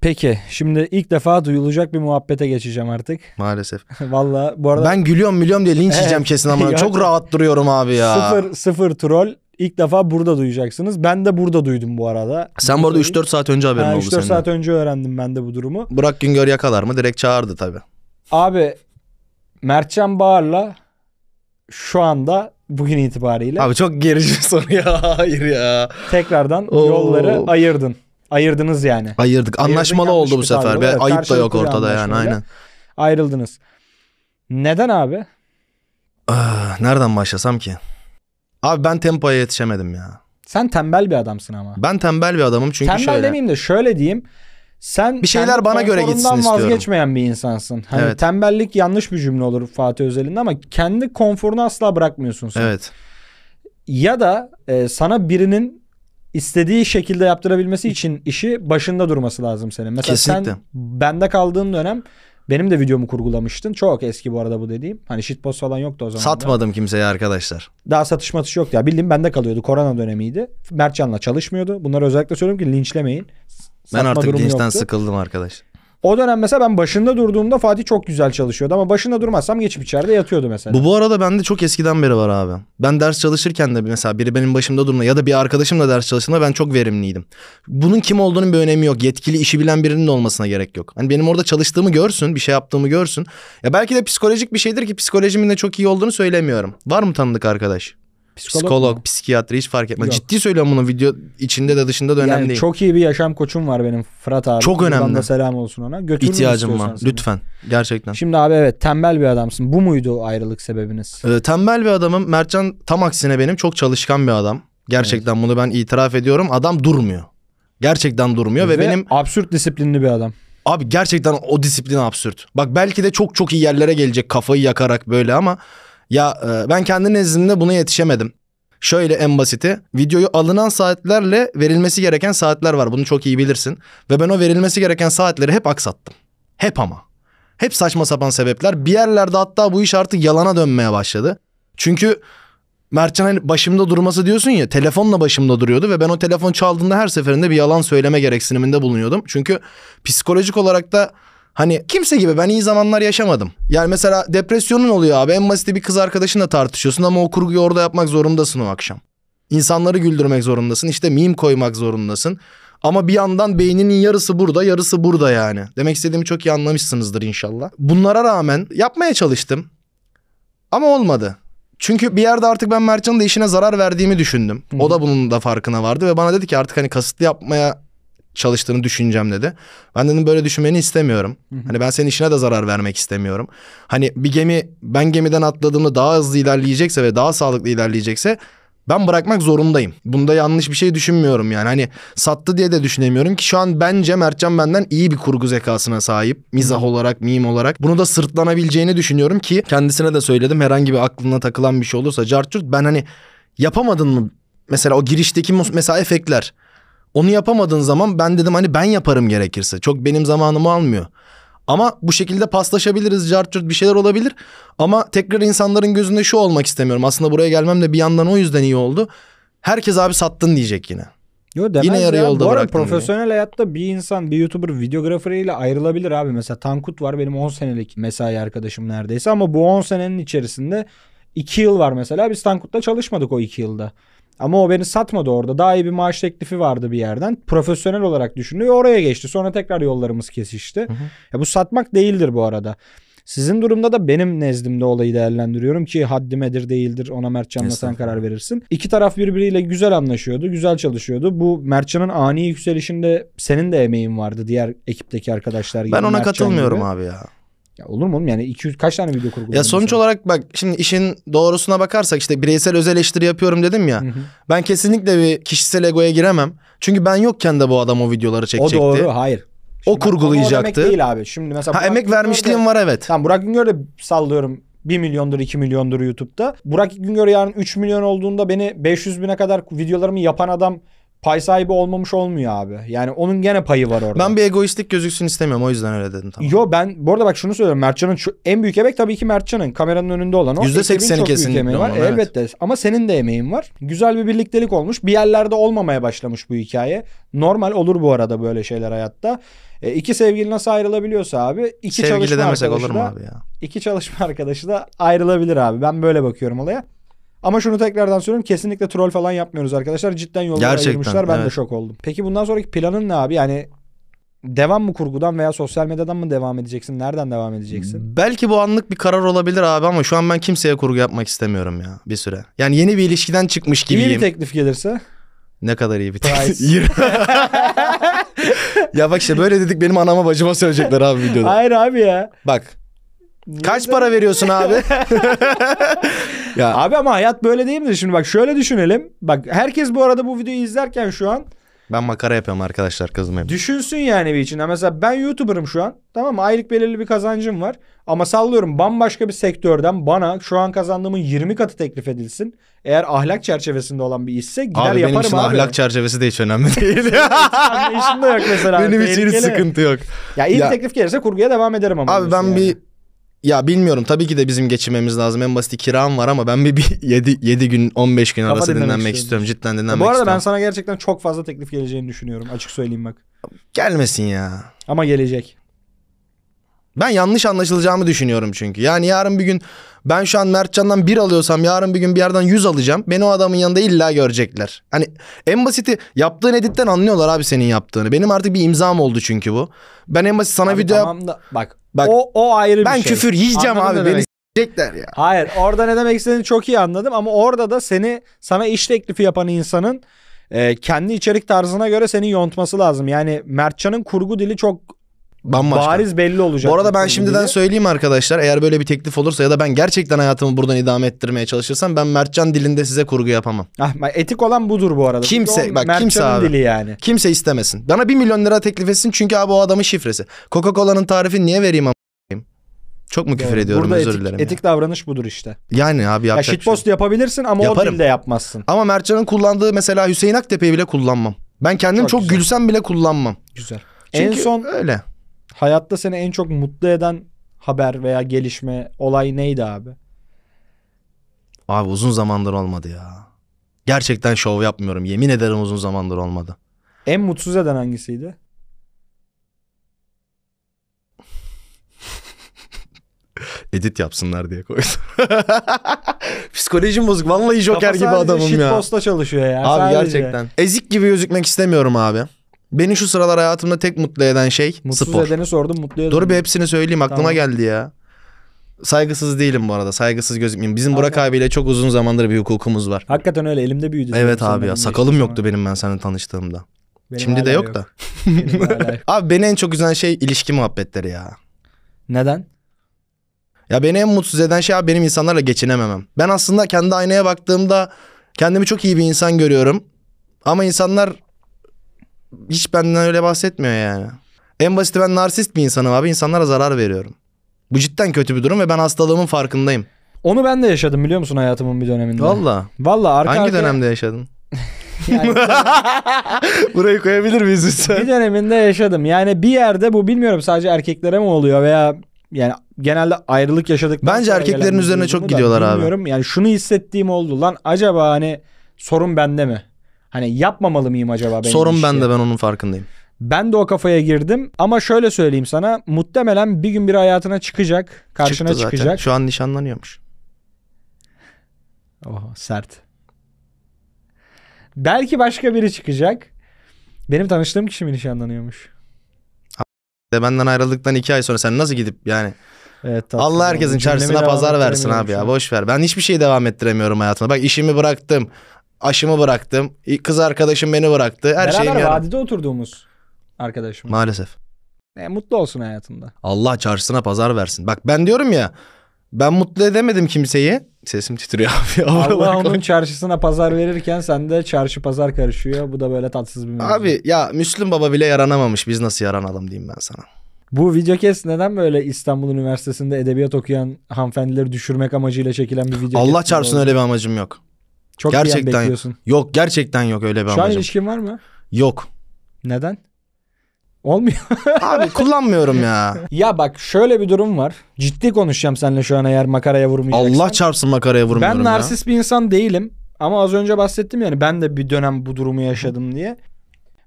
Peki şimdi ilk defa duyulacak bir muhabbete geçeceğim artık. maalesef. Vallahi bu arada Ben gülüyorum milyon diye linç Evet. yiyeceğim kesin ama Ya. çok rahat duruyorum abi ya. sıfır, sıfır troll ilk defa burada duyacaksınız. Ben de burada duydum bu arada. Sen bu arada 3-4 saat önce haberin Ha, oldu 3-4 senin. saat önce öğrendim ben de bu durumu. Burak Güngör yakalar mı? Direkt çağırdı tabii. Abi Mertcan Bağır'la şu anda bugün itibariyle Abi çok gerici bir soru ya. Hayır ya. tekrardan Oo. yolları ayırdın. Ayırdınız yani. Ayırdık. Ayırdın, Anlaşmalı yanlış oldu bu bir tabir sefer. bu. Ve Evet, ayıp da karşılıklı yok bir ortada yani anlaşmayla. aynen. Ayrıldınız. Neden abi? Ah, nereden başlasam ki? Abi ben tempoya yetişemedim ya. Sen tembel bir adamsın ama. Ben tembel bir adamım çünkü tembel şöyle. demeyeyim de şöyle diyeyim. Sen Bir şeyler kendi bana göre konforundan gitsin istiyorum. vazgeçmeyen bir insansın. Hani Evet. tembellik yanlış bir cümle olur Fatih Özel'in ama kendi konforunu asla bırakmıyorsun sen. Evet. Ya da e, sana birinin istediği şekilde yaptırabilmesi için işi başında durması lazım senin. Mesela sen Kesinlikle. bende kaldığın dönem benim de videomu kurgulamıştın. Çok eski bu arada bu dediğim. Hani shitpost falan yoktu o zaman. da. Satmadım kimseye arkadaşlar. Daha satış matış yoktu ya. Bildiğim bende kalıyordu. Korona dönemiydi. Mertcan'la çalışmıyordu. Bunları özellikle söylüyorum ki linçlemeyin. Ben Satma artık durumu linçten yoktu. sıkıldım arkadaş. O dönem mesela ben başında durduğumda Fatih çok güzel çalışıyordu ama başında durmazsam geçip içeride yatıyordu mesela. Bu bu arada bende çok eskiden beri var abi. Ben ders çalışırken de mesela biri benim başımda durma ya da bir arkadaşımla ders çalıştığında ben çok verimliydim. Bunun kim olduğunun bir önemi yok. Yetkili işi bilen birinin de olmasına gerek yok. Hani benim orada çalıştığımı görsün, bir şey yaptığımı görsün. Ya belki de psikolojik bir şeydir ki psikolojimin de çok iyi olduğunu söylemiyorum. Var mı tanıdık arkadaş? Psikolog, mu? psikiyatri hiç fark etmez. Yok. Ciddi söylüyorum bunu video içinde de dışında da önemli Yani değil. Çok çok iyi bir yaşam koçum var benim Fırat abi. Çok Buradan önemli. da selam olsun ona. Götürürüm ihtiyacım istiyorsan var. seni. Lütfen. Gerçekten. Şimdi abi evet tembel bir adamsın. Bu muydu ayrılık sebebiniz? Ee, tembel bir adamım. Mertcan tam aksine benim çok çalışkan bir adam. Gerçekten bunu ben itiraf ediyorum. Adam durmuyor. Gerçekten durmuyor ve, benim absürt disiplinli bir adam. abi gerçekten o disiplin absürt. Bak belki de çok çok iyi yerlere gelecek kafayı yakarak böyle ama ya e, ben kendi nezdimde buna yetişemedim. Şöyle en basiti videoyu alınan saatlerle verilmesi gereken saatler var. Bunu çok iyi bilirsin. Ve ben o verilmesi gereken saatleri hep aksattım. Hep ama. Hep saçma sapan sebepler. Bir yerlerde hatta bu iş artık yalana dönmeye başladı. Çünkü Mertcan hani başımda durması diyorsun ya telefonla başımda duruyordu ve ben o telefon çaldığında her seferinde bir yalan söyleme gereksiniminde bulunuyordum. Çünkü psikolojik olarak da hani kimse gibi ben iyi zamanlar yaşamadım. Yani mesela depresyonun oluyor abi en basit bir kız arkadaşınla tartışıyorsun ama o kurguyu orada yapmak zorundasın o akşam. İnsanları güldürmek zorundasın. İşte meme koymak zorundasın. Ama bir yandan beyninin yarısı burada, yarısı burada yani. Demek istediğimi çok iyi anlamışsınızdır inşallah. Bunlara rağmen yapmaya çalıştım. Ama olmadı. Çünkü bir yerde artık ben Mertcan'ın da işine zarar verdiğimi düşündüm. O da bunun da farkına vardı ve bana dedi ki artık hani kasıtlı yapmaya çalıştığını düşüneceğim dedi. Ben dedim böyle düşünmeni istemiyorum. Hani ben senin işine de zarar vermek istemiyorum. Hani bir gemi ben gemiden atladığımda daha hızlı ilerleyecekse ve daha sağlıklı ilerleyecekse ben bırakmak zorundayım. Bunda yanlış bir şey düşünmüyorum yani. Hani sattı diye de düşünemiyorum ki şu an bence Mertcan benden iyi bir kurgu zekasına sahip. Mizah olarak, meme olarak. Bunu da sırtlanabileceğini düşünüyorum ki kendisine de söyledim. Herhangi bir aklına takılan bir şey olursa cartçurt ben hani yapamadın mı? Mesela o girişteki mus- mesela efektler. Onu yapamadığın zaman ben dedim hani ben yaparım gerekirse. Çok benim zamanımı almıyor. Ama bu şekilde paslaşabiliriz, cartçurt bir şeyler olabilir. Ama tekrar insanların gözünde şu olmak istemiyorum. Aslında buraya gelmem de bir yandan o yüzden iyi oldu. Herkes abi sattın diyecek yine. Yo demez Yine yarı ya. yolda Bu arada bıraktın diye. profesyonel hayatta bir insan bir YouTuber videograferiyle ayrılabilir abi. Mesela Tankut var benim 10 senelik mesai arkadaşım neredeyse ama bu 10 senenin içerisinde 2 yıl var mesela. Biz Tankut'la çalışmadık o 2 yılda. Ama o beni satmadı orada. Daha iyi bir maaş teklifi vardı bir yerden. Profesyonel olarak düşündü ve oraya geçti. Sonra tekrar yollarımız kesişti. Ya bu satmak değildir bu arada. Sizin durumda da benim nezdimde olayı değerlendiriyorum ki haddimedir değildir ona Mertcan'la sen Estağfurullah. karar verirsin. İki taraf birbiriyle güzel anlaşıyordu, güzel çalışıyordu. Bu Mertcan'ın ani yükselişinde senin de emeğin vardı diğer ekipteki arkadaşlar gibi. Ben ona Mertcan katılmıyorum gibi. abi ya. Ya olur mu oğlum yani 200 kaç tane video kurguladın? Ya sonuç sen? olarak bak şimdi işin doğrusuna bakarsak işte bireysel öz eleştiri yapıyorum dedim ya. Hı hı. Ben kesinlikle bir kişisel egoya giremem. Çünkü ben yokken de bu adam o videoları O çekecekti. doğru hayır. O bak, ama O kurgulayacaktı. demek değil abi. Şimdi mesela Ha Burak emek Güngör de- vermişliğim var evet. Tamam Burak Güngör de sallıyorum 1 milyondur 2 milyondur YouTube'da. Burak Güngör yarın 3 milyon olduğunda beni 500 bine kadar videolarımı yapan adam pay sahibi olmamış olmuyor abi. Yani onun gene payı var orada. Ben bir egoistlik gözüksün istemiyorum o yüzden öyle dedim tamam. Yo ben bu arada bak şunu söylüyorum. Mertcan'ın şu, en büyük emek tabii ki Mertcan'ın. Kameranın önünde olan o. Yüzde Ekibin sekseni çok büyük kesinlikle emeği var. onun, evet. Elbette ama senin de emeğin var. Güzel bir birliktelik olmuş. Bir yerlerde olmamaya başlamış bu hikaye. Normal olur bu arada böyle şeyler hayatta. E, iki sevgili nasıl ayrılabiliyorsa abi. iki Sevgili çalışma demesek arkadaşı olur mu da- abi ya? iki çalışma arkadaşı da ayrılabilir abi. Ben böyle bakıyorum olaya. Ama şunu tekrardan söylüyorum. Kesinlikle troll falan yapmıyoruz arkadaşlar. Cidden yollara Gerçekten, ayırmışlar. Ben de evet. şok oldum. Peki bundan sonraki planın ne abi? Yani devam mı kurgudan veya sosyal medyadan mı devam edeceksin? Nereden devam edeceksin? Belki bu anlık bir karar olabilir abi ama şu an ben kimseye kurgu yapmak istemiyorum ya bir süre. Yani yeni bir ilişkiden çıkmış İyi bir gibiyim. teklif gelirse. Ne kadar iyi bir Price. teklif. ya bak işte böyle dedik benim anama bacıma söyleyecekler abi videoda. Hayır abi ya. Bak Niye kaç de- para veriyorsun abi? ya Abi ama hayat böyle değil mi? Şimdi bak şöyle düşünelim. Bak herkes bu arada bu videoyu izlerken şu an ben makara yapıyorum arkadaşlar kızmayın. Düşünsün yani bir içinde. Mesela ben YouTuber'ım şu an. Tamam mı? Aylık belirli bir kazancım var. Ama sallıyorum bambaşka bir sektörden bana şu an kazandığımın 20 katı teklif edilsin. Eğer ahlak çerçevesinde olan bir işse gider Abi benim yaparım için abi. ahlak çerçevesi de hiç önemli değil. İşim de yok mesela. benim için hiç Tehlikeli. sıkıntı yok. Ya iyi bir Ya- teklif gelirse kurguya devam ederim ama. Abi ben diyorsun yani. bir ya bilmiyorum tabii ki de bizim geçinmemiz lazım. En basit kiram var ama ben bir, bir 7, 7 gün 15 gün Kafa arası dinlemek dinlenmek istiyorum. istiyorum. Cidden dinlenmek Bu arada ben istiyorum. sana gerçekten çok fazla teklif geleceğini düşünüyorum. Açık söyleyeyim bak. Gelmesin ya. Ama gelecek. Ben yanlış anlaşılacağımı düşünüyorum çünkü. Yani yarın bir gün ben şu an Mertcan'dan bir alıyorsam yarın bir gün bir yerden 100 alacağım. Beni o adamın yanında illa görecekler. Hani en basiti yaptığın editten anlıyorlar abi senin yaptığını. Benim artık bir imzam oldu çünkü bu. Ben en basit sana Abi video tamam da bak, Bak, o, o ayrı ben bir şey. küfür yiyeceğim Anladın ne abi demek beni s**ecekler ya. Hayır orada ne demek istediğini çok iyi anladım ama orada da seni sana iş teklifi yapan insanın e, kendi içerik tarzına göre seni yontması lazım. Yani Mertcan'ın kurgu dili çok Bambaşka. bariz belli olacak. Bu arada ben kurgu şimdiden dili. söyleyeyim arkadaşlar eğer böyle bir teklif olursa ya da ben gerçekten hayatımı buradan idame ettirmeye çalışırsam ben Mertcan dilinde size kurgu yapamam. Ah, bak, etik olan budur bu arada. Kimse- Çünkü o bak, kimse Mertcan'ın abi. dili yani. Kimse istemesin. Bana 1 milyon lira teklif etsin çünkü abi o adamın şifresi. Coca-Cola'nın tarifini niye vereyim ama Çok mu küfür Doğru. ediyorum Burada özür etik, dilerim. ya. etik davranış budur işte. Yani abi Ya yapacak bir şey yok. shitpost yapabilirsin ama o Yaparım. dilde yapmazsın. Ama Mertcan'ın kullandığı mesela Hüseyin Aktepe'yi bile kullanmam. Ben kendim Çok çok, güzel. gülsem bile kullanmam. Güzel. Çünkü en son öyle. hayatta seni en çok mutlu eden haber veya gelişme olay neydi abi? Abi uzun zamandır olmadı ya. Gerçekten şov yapmıyorum. Yemin ederim uzun zamandır olmadı. En mutsuz eden hangisiydi? Edit yapsınlar diye koydum. Psikolojim bozuk. Vallahi joker gibi adamım ya. posta çalışıyor ya. Abi sadece. gerçekten. Ezik gibi gözükmek istemiyorum abi. Beni şu sıralar hayatımda tek mutlu eden şey Mutsuz spor. edeni sordum mutlu edeni. Dur bir hepsini söyleyeyim aklıma Tamam. geldi ya. Saygısız değilim bu arada. Saygısız gözükmeyeyim. Bizim Burak Aynen. abiyle çok uzun zamandır bir hukukumuz var. Hakikaten öyle elimde büyüdü. Evet Sen abi benim ya de sakalım işte. yoktu benim ben seninle tanıştığımda. Benim Şimdi de hala yok, da. Benim hala yok. Abi beni en çok üzen şey ilişki muhabbetleri ya. Neden? Ya beni en mutsuz eden şey abi benim insanlarla geçinememem. Ben aslında kendi aynaya baktığımda kendimi çok iyi bir insan görüyorum. Ama insanlar hiç benden öyle bahsetmiyor yani. En basiti ben narsist bir insanım abi. İnsanlara zarar veriyorum. Bu cidden kötü bir durum ve ben hastalığımın farkındayım. Onu ben de yaşadım biliyor musun hayatımın bir döneminde. Valla. Valla arka Hangi arkaya- dönemde yaşadın? Yani Burayı koyabilir miyiz bir lütfen? döneminde yaşadım. Yani bir yerde bu bilmiyorum sadece erkeklere mi oluyor veya yani genelde ayrılık yaşadıktan Bence sonra erkeklerin gelen bir üzerine çok duygu mu da gidiyorlar abi. Bilmiyorum yani şunu hissettiğim oldu lan acaba hani sorun bende mi? Hani yapmamalı mıyım acaba benim Sorun ilişkiye? ben de ben onun farkındayım. Ben de o kafaya girdim ama şöyle söyleyeyim sana muhtemelen bir gün biri hayatına çıkacak. Karşına Çıktı zaten. çıkacak. Şu an nişanlanıyormuş. Oha, Oh, sert. Belki başka biri çıkacak. Benim tanıştığım kişi mi nişanlanıyormuş? De benden ayrıldıktan iki ay sonra sen nasıl gidip yani Evet, tatlım. Allah herkesin Bu cümlemi çarşısına devam pazar versin ettiremiyorum abi ya. şu an. Boş ver. Ben hiçbir şeyi devam ettiremiyorum hayatımda. Bak işimi bıraktım. Aşımı bıraktım. Kız arkadaşım beni bıraktı. Her Beraber şeyim yarım. vadide oturduğumuz arkadaşım. Maalesef. E, mutlu olsun hayatında. Allah çarşısına pazar versin. Bak ben diyorum ya. Ben mutlu edemedim kimseyi. Sesim titriyor abi. Allah onun çarşısına pazar verirken sende çarşı pazar karışıyor. Bu da böyle tatsız bir mevzu. Abi ya Müslüm Baba bile yaranamamış. Biz nasıl yaranalım diyeyim ben sana. Bu videokes neden böyle İstanbul Üniversitesi'nde edebiyat okuyan hanımefendileri düşürmek amacıyla çekilen bir video? Allah çarşısına öyle bir amacım yok. Çok gerçekten diyen bekliyorsun. Yok gerçekten yok öyle bir Şu an amacım. ilişkin var mı? Yok. Neden? Olmuyor. Abi kullanmıyorum ya. ya bak şöyle bir durum var. Ciddi konuşacağım seninle şu an eğer makaraya vurmayacaksan. Allah çarpsın makaraya vurmuyorum Ben ya. narsist bir insan değilim. Ama az önce bahsettim yani ben de bir dönem bu durumu yaşadım diye.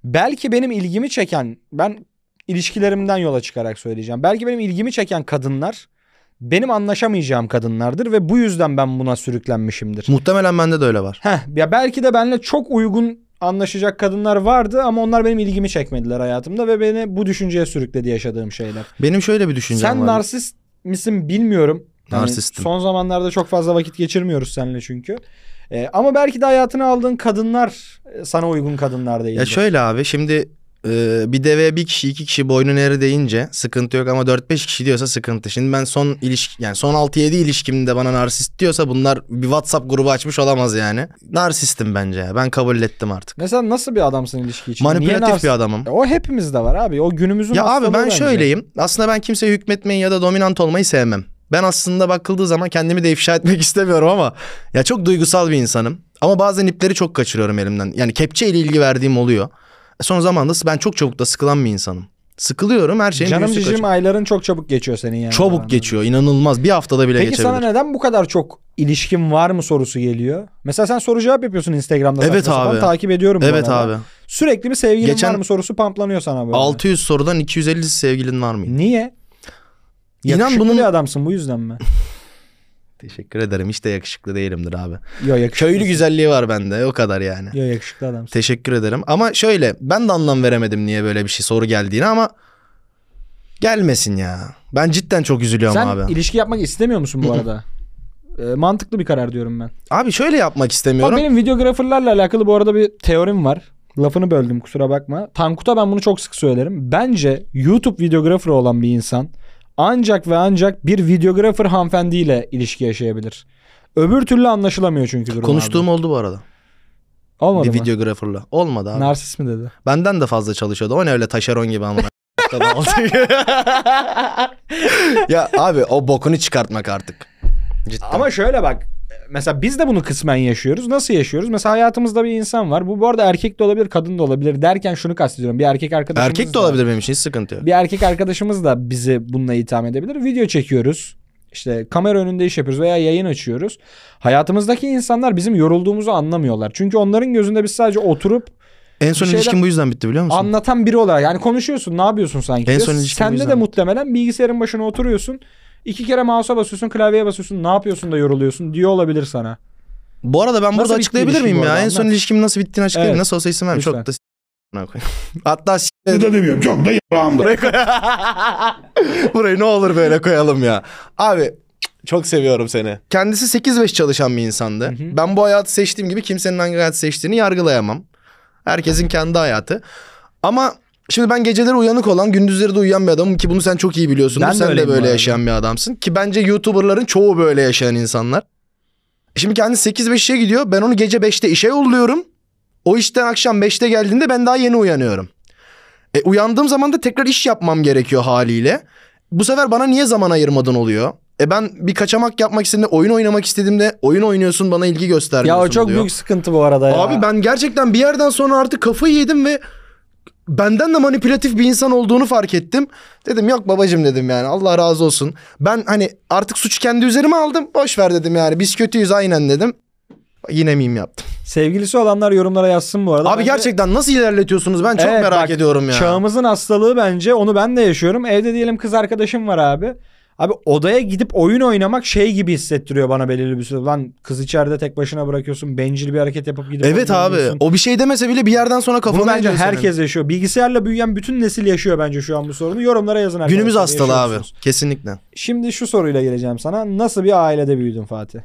Belki benim ilgimi çeken, ben ilişkilerimden yola çıkarak söyleyeceğim. Belki benim ilgimi çeken kadınlar benim anlaşamayacağım kadınlardır ve bu yüzden ben buna sürüklenmişimdir. Muhtemelen bende de öyle var. Heh, ya belki de benimle çok uygun anlaşacak kadınlar vardı ama onlar benim ilgimi çekmediler hayatımda ve beni bu düşünceye sürükledi yaşadığım şeyler. Benim şöyle bir düşüncem Sen var. narsist misin bilmiyorum. Yani Narsistim. son zamanlarda çok fazla vakit geçirmiyoruz seninle çünkü. Ee, ama belki de hayatına aldığın kadınlar e, sana uygun kadınlar değil. Ya şöyle abi şimdi e, bir deveye bir kişi iki kişi boynun eğri deyince sıkıntı yok ama 4-5 kişi diyorsa sıkıntı. Şimdi ben son ilişki yani son 6-7 ilişkimde bana narsist diyorsa bunlar bir WhatsApp grubu açmış olamaz yani. Narsistim bence ya ben kabul ettim artık. Mesela nasıl bir adamsın ilişki için? Niye Manipülatif narsi- bir adamım. E, O hepimizde var abi. O günümüzün Ya abi hastalığı ben bence. şöyleyim aslında ben kimseye hükmetmeyi ya da dominant olmayı sevmem. Ben aslında bakıldığı zaman kendimi de ifşa etmek istemiyorum ama ya çok duygusal bir insanım. Ama bazen ipleri çok kaçırıyorum elimden. Yani kepçeyle ilgi verdiğim oluyor. E, Son zamanda ben çok çabuk da sıkılan bir insanım. Sıkılıyorum her şeyin Canım büyüsü cicim kaçıyor. ayların çok çabuk geçiyor senin yani. Çabuk Anladım. geçiyor inanılmaz bir haftada bile Peki geçebilir. sana neden bu kadar çok ilişkin var mı sorusu geliyor? Mesela sen soru cevap yapıyorsun Instagram'da. Evet saçma sapan. abi. Takip ediyorum. bu Evet arada. abi Sürekli bir sevgilin Geçen- var mı sorusu pamplanıyor sana böyle. 600 sorudan 250 sevgilin var mıydı? Niye? İnan Yakışıklı bunun- bir adamsın bu yüzden mi? Teşekkür ederim hiç de yakışıklı değilimdir abi. Yo yakışıklı. Köylü güzelliği var bende o kadar yani. Yo yakışıklı adamsın. Teşekkür ederim. Ama şöyle ben de anlam veremedim niye böyle bir şey soru geldiğini ama gelmesin ya. Ben cidden çok üzülüyorum Sen abi. ilişki yapmak istemiyor musun bu arada? Ee, mantıklı bir karar diyorum ben. Abi şöyle yapmak Ama istemiyorum. benim videograferlarla alakalı bu arada bir teorim var. Lafını böldüm kusura bakma. Tankut'a ben bunu çok sık söylerim. Bence YouTube videografer olan bir insan ancak ve ancak bir videografer hanımefendiyle ilişki yaşayabilir. Öbür türlü anlaşılamıyor çünkü durum Konuştuğum oldu bu arada. abi. Olmadı bir mı? videograferla. Olmadı abi. Narsist mi dedi? Benden de fazla çalışıyordu. O ne öyle taşeron gibi ama. ya abi o bokunu çıkartmak artık. Cidden. Ama şöyle bak. Mesela biz de bunu kısmen yaşıyoruz. Nasıl yaşıyoruz? Mesela hayatımızda bir insan var. Bu bu arada erkek de olabilir, kadın da olabilir derken şunu kastediyorum. Bir erkek arkadaşımız Erkek de da- olabilir benim için hiç sıkıntı yok. Bir erkek arkadaşımız da bizi bununla itham edebilir. Video çekiyoruz. İşte kamera önünde iş yapıyoruz veya yayın açıyoruz. Hayatımızdaki insanlar bizim yorulduğumuzu anlamıyorlar. Çünkü onların gözünde biz sadece oturup En son bir şeyden- ilişkim bu yüzden bitti biliyor musun? anlatan biri olarak yani konuşuyorsun ne yapıyorsun sanki. En diyor. son ilişkim bu Sende de yüzden. muhtemelen bilgisayarın başına oturuyorsun. İki kere mouse'a basıyorsun, klavyeye basıyorsun. Ne yapıyorsun da yoruluyorsun diyor olabilir sana. Bu arada ben burada bitti açıklayabilir ilişki miyim bu ya? arada? En son Anlat. ilişkimin nasıl bittiğini açıklayayım. Evet. Nasıl olsa isim vermem. Çok Lütfen. da s- buna koyayım. Hatta s- da demiyorum çok da yaramdı. burayı ne olur böyle koyalım ya. Abi çok seviyorum seni. Kendisi 8-5 çalışan bir insandı. Ben bu hayatı seçtiğim gibi kimsenin hangi hayatı seçtiğini yargılayamam. Herkesin kendi hayatı. Ama şimdi ben geceleri uyanık olan, gündüzleri de uyuyan bir adamım ki bunu sen çok iyi biliyorsun. Ben de sen de öyleyim bu böyle arada. yaşayan bir adamsın ki bence YouTuber'ların çoğu böyle yaşayan insanlar. Şimdi kendisi 8-5 işe gidiyor. Ben onu gece 5'te işe yolluyorum. O işten akşam 5'te geldiğinde ben daha yeni uyanıyorum. E, uyandığım zaman da tekrar iş yapmam gerekiyor haliyle. Bu sefer bana niye zaman ayırmadın oluyor? E ben bir kaçamak yapmak istediğimde, oyun oynamak istediğimde oyun oynuyorsun bana ilgi Ya göstermiyorsun o çok diyor. büyük sıkıntı bu arada ya. Abi ben gerçekten bir yerden sonra artık kafayı yedim ve benden de manipülatif bir insan olduğunu fark ettim. Dedim yok babacım dedim yani Allah razı olsun. Ben hani artık suçu kendi üzerime aldım. Boş ver dedim yani biz kötüyüz aynen dedim. Yine miyim yaptım. Sevgilisi olanlar yorumlara yazsın bu arada. Abi Bence- gerçekten nasıl ilerletiyorsunuz ben çok Evet, merak bak, ediyorum ya. Çağımızın hastalığı bence onu ben de yaşıyorum. Evde diyelim kız arkadaşım var abi. Abi odaya gidip oyun oynamak şey gibi hissettiriyor bana belirli bir süre. Lan kız içeride tek başına bırakıyorsun. Bencil bir hareket yapıp gidip Evet oyun abi oynuyorsun. o bir şey demese bile bir yerden sonra kafana Bunu bence iniyor senin. herkes yaşıyor. Bilgisayarla büyüyen bütün nesil yaşıyor bence şu an bu sorunu. Yorumlara yazın arkadaşlar. Günümüz hastalığı abi yaşıyorsunuz. kesinlikle. Şimdi şu soruyla geleceğim sana. Nasıl bir ailede büyüdün Fatih?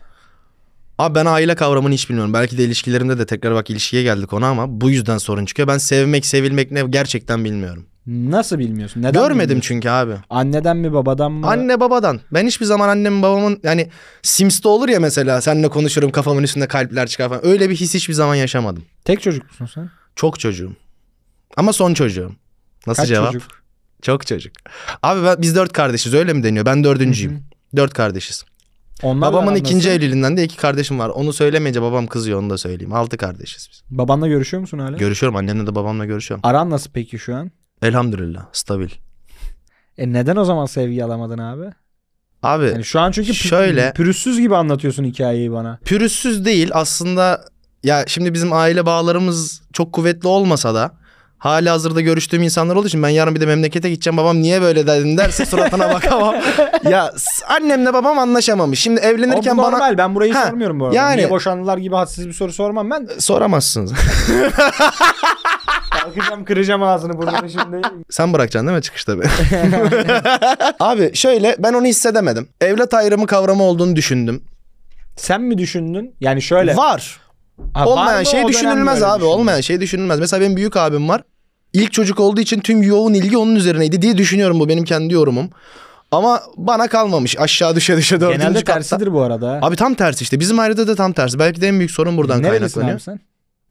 Abi ben aile kavramını hiç bilmiyorum. Belki de ilişkilerimde de tekrar bak ilişkiye geldik ona ama bu yüzden sorun çıkıyor. Ben sevmek sevilmek ne gerçekten bilmiyorum. Nasıl bilmiyorsun? Neden Görmedim bilmiyorsun? çünkü abi. Anneden mi babadan mı? Anne babadan. Ben hiçbir zaman annemin babamın yani Sims'te olur ya mesela seninle konuşurum kafamın üstünde kalpler çıkar falan. Öyle bir his hiçbir zaman yaşamadım. Tek çocuk musun sen? Çok çocuğum. Ama son çocuğum. Nasıl Kaç cevap? çocuk? Çok çocuk. Abi ben- biz dört kardeşiz öyle mi deniyor? Ben dördüncüyüm. Dört kardeşiz. Onlarla Babamın aran ikinci nasıl? evliliğinden de iki kardeşim var. Onu söylemeyince babam kızıyor onu da söyleyeyim. Altı kardeşiz biz. Babanla görüşüyor musun hala? Görüşüyorum annemle de babamla görüşüyorum. Aran nasıl peki şu an? Elhamdülillah stabil. E neden o zaman sevgi alamadın abi? Abi Yani şu an çünkü pü- E, Şöyle- pürüzsüz gibi anlatıyorsun hikayeyi bana. pürüzsüz değil aslında ya şimdi bizim aile bağlarımız çok kuvvetli olmasa da hali hazırda görüştüğüm insanlar olduğu için ben yarın bir de memlekete gideceğim babam niye böyle dedin derse suratına bakamam. ya s- annemle babam anlaşamamış. Şimdi evlenirken Ama bu normal bana ben burayı Ha, sormuyorum bu arada. yani- Niye boşandılar gibi hadsiz bir soru sormam ben. soramazsınız. Kalkacağım kıracağım ağzını burnunu şimdi. Sen bırakacaksın değil mi çıkışta beni? Abi şöyle ben onu hissedemedim. Evlat ayrımı kavramı olduğunu düşündüm. Sen mi düşündün? Yani şöyle. Var. Ha, var Olmayan mı? O şey dönem düşünülmez böyle abi. düşündün. Olmayan şey düşünülmez. Mesela benim büyük abim var. İlk çocuk olduğu için tüm yoğun ilgi onun üzerineydi diye düşünüyorum. Bu benim kendi yorumum. Ama bana kalmamış. Aşağı düşe düşe dördüncü Genelde katta. tersidir bu arada. Abi tam tersi işte. Bizim ailede de tam tersi. Belki de en büyük sorun buradan Nerelisin kaynaklanıyor. abi sen?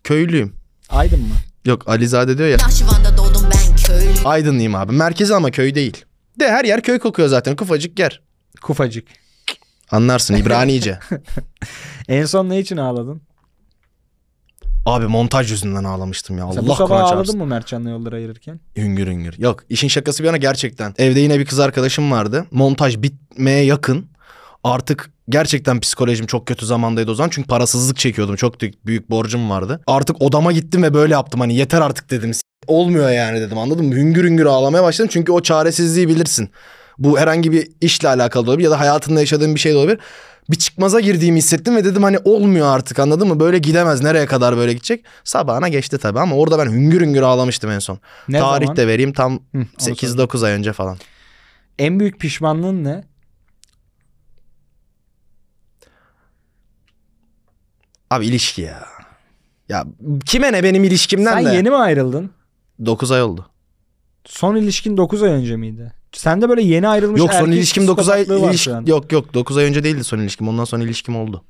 Köylüyüm. Aydın mı? Yok Alizade diyor ya. Nahşıvan'da doğdum ben köylü. Aydınlıyım abi. Merkezi ama köy değil. De her yer köy kokuyor zaten. Kufacık yer. Kufacık. Anlarsın İbranice. En son ne için ağladın? abi montaj yüzünden ağlamıştım ya. Mesela Allah bu sabah kulağa çarpsın. ağladın mı Mertcan'la yolları ayırırken? Hüngür hüngür. Yok işin şakası bir yana gerçekten. Evde yine bir kız arkadaşım vardı. Montaj bitmeye yakın. Artık gerçekten psikolojim çok kötü zamandaydı o zaman. Çünkü parasızlık çekiyordum. Çok büyük, büyük borcum vardı. Artık odama gittim ve böyle yaptım. Hani yeter artık dedim. S- Olmuyor yani dedim anladın mı? Hüngür hüngür ağlamaya başladım. Çünkü o çaresizliği bilirsin. Bu herhangi bir işle alakalı da olabilir ya da hayatında yaşadığın bir şey de olabilir. Bir çıkmaza girdiğimi hissettim ve dedim hani olmuyor artık anladın mı? Böyle gidemez nereye kadar böyle gidecek? Sabahına geçti tabii ama orada ben hüngür hüngür ağlamıştım en son. Ne Tarih zaman? de vereyim tam Hı, onu söyle. 8-9 ay önce falan. En büyük pişmanlığın ne? Abi ilişki ya. Ya kime ne benim ilişkimden Sen de. yeni mi ayrıldın? 9 ay oldu. Son ilişkin 9 ay önce miydi? Sen de böyle yeni ayrılmış yok son erkek ilişkim 9 ay psikopatlığı var iliş- şu an. yok yok 9 ay önce değildi son ilişkim. Ondan sonra ilişkim oldu.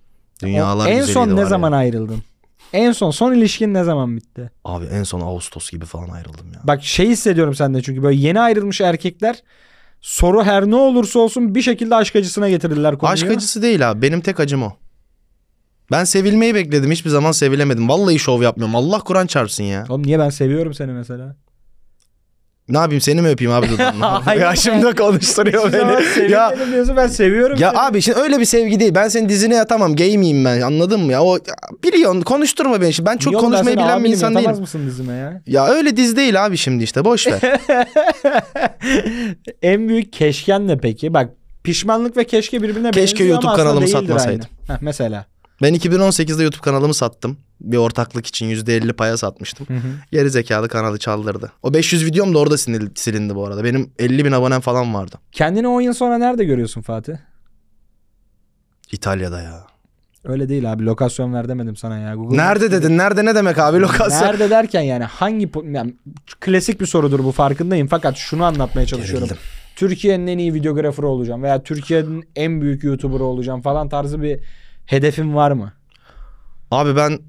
Dünyalar en güzeliydi son var ne ya. zaman ayrıldın? En son son ilişkin ne zaman bitti? Abi en son Ağustos gibi falan ayrıldım ya. Bak şey hissediyorum sende çünkü böyle yeni ayrılmış erkekler soru her ne olursa olsun bir şekilde aşk acısına getirdiler konuyu. Aşk acısı değil abi. Benim tek acım o. Ben sevilmeyi bekledim. Hiçbir zaman sevilemedim. Vallahi şov yapmıyorum. Allah Kur'an çarpsın ya. Oğlum niye ben seviyorum seni mesela? Ne yapayım seni mi öpeyim abi dudağından? Hayır. ya şimdi konuşturuyor beni. ya ya, diyorsun ben seviyorum Ya seni. abi şimdi öyle bir sevgi değil. Ben senin dizine yatamam. Gay miyim ben anladın mı ya? O biliyorsun konuşturma beni. şimdi. Ben çok Niye oğlum, ben konuşmayı senin bilen bir abinim, insan yatamaz değilim. mısın dizime ya? Ya öyle diz değil abi şimdi işte boş ver. en büyük keşken ne peki? Bak Pişmanlık ve keşke birbirine Keşke benziyor YouTube ama aslında kanalımı değildir satmasaydım. aynı. Heh, mesela. Ben 2018'de YouTube kanalımı sattım. Bir ortaklık için %50 paya satmıştım. Geri zekalı kanalı çaldırdı. O 500 videom da orada sinil- silindi bu arada. Benim 50 bin abonem falan vardı. Kendini 10 yıl sonra nerede görüyorsun Fatih? İtalya'da ya. Öyle değil abi. Lokasyon ver demedim sana ya. Google Nerede dedin? Nerede ne demek abi lokasyon? Nerede derken yani hangi po- yani klasik bir sorudur bu farkındayım fakat şunu anlatmaya çalışıyorum. Gerildim. Türkiye'nin en iyi videograferi olacağım veya Türkiye'nin en büyük YouTuber'ı olacağım falan tarzı bir hedefim var mı? Abi ben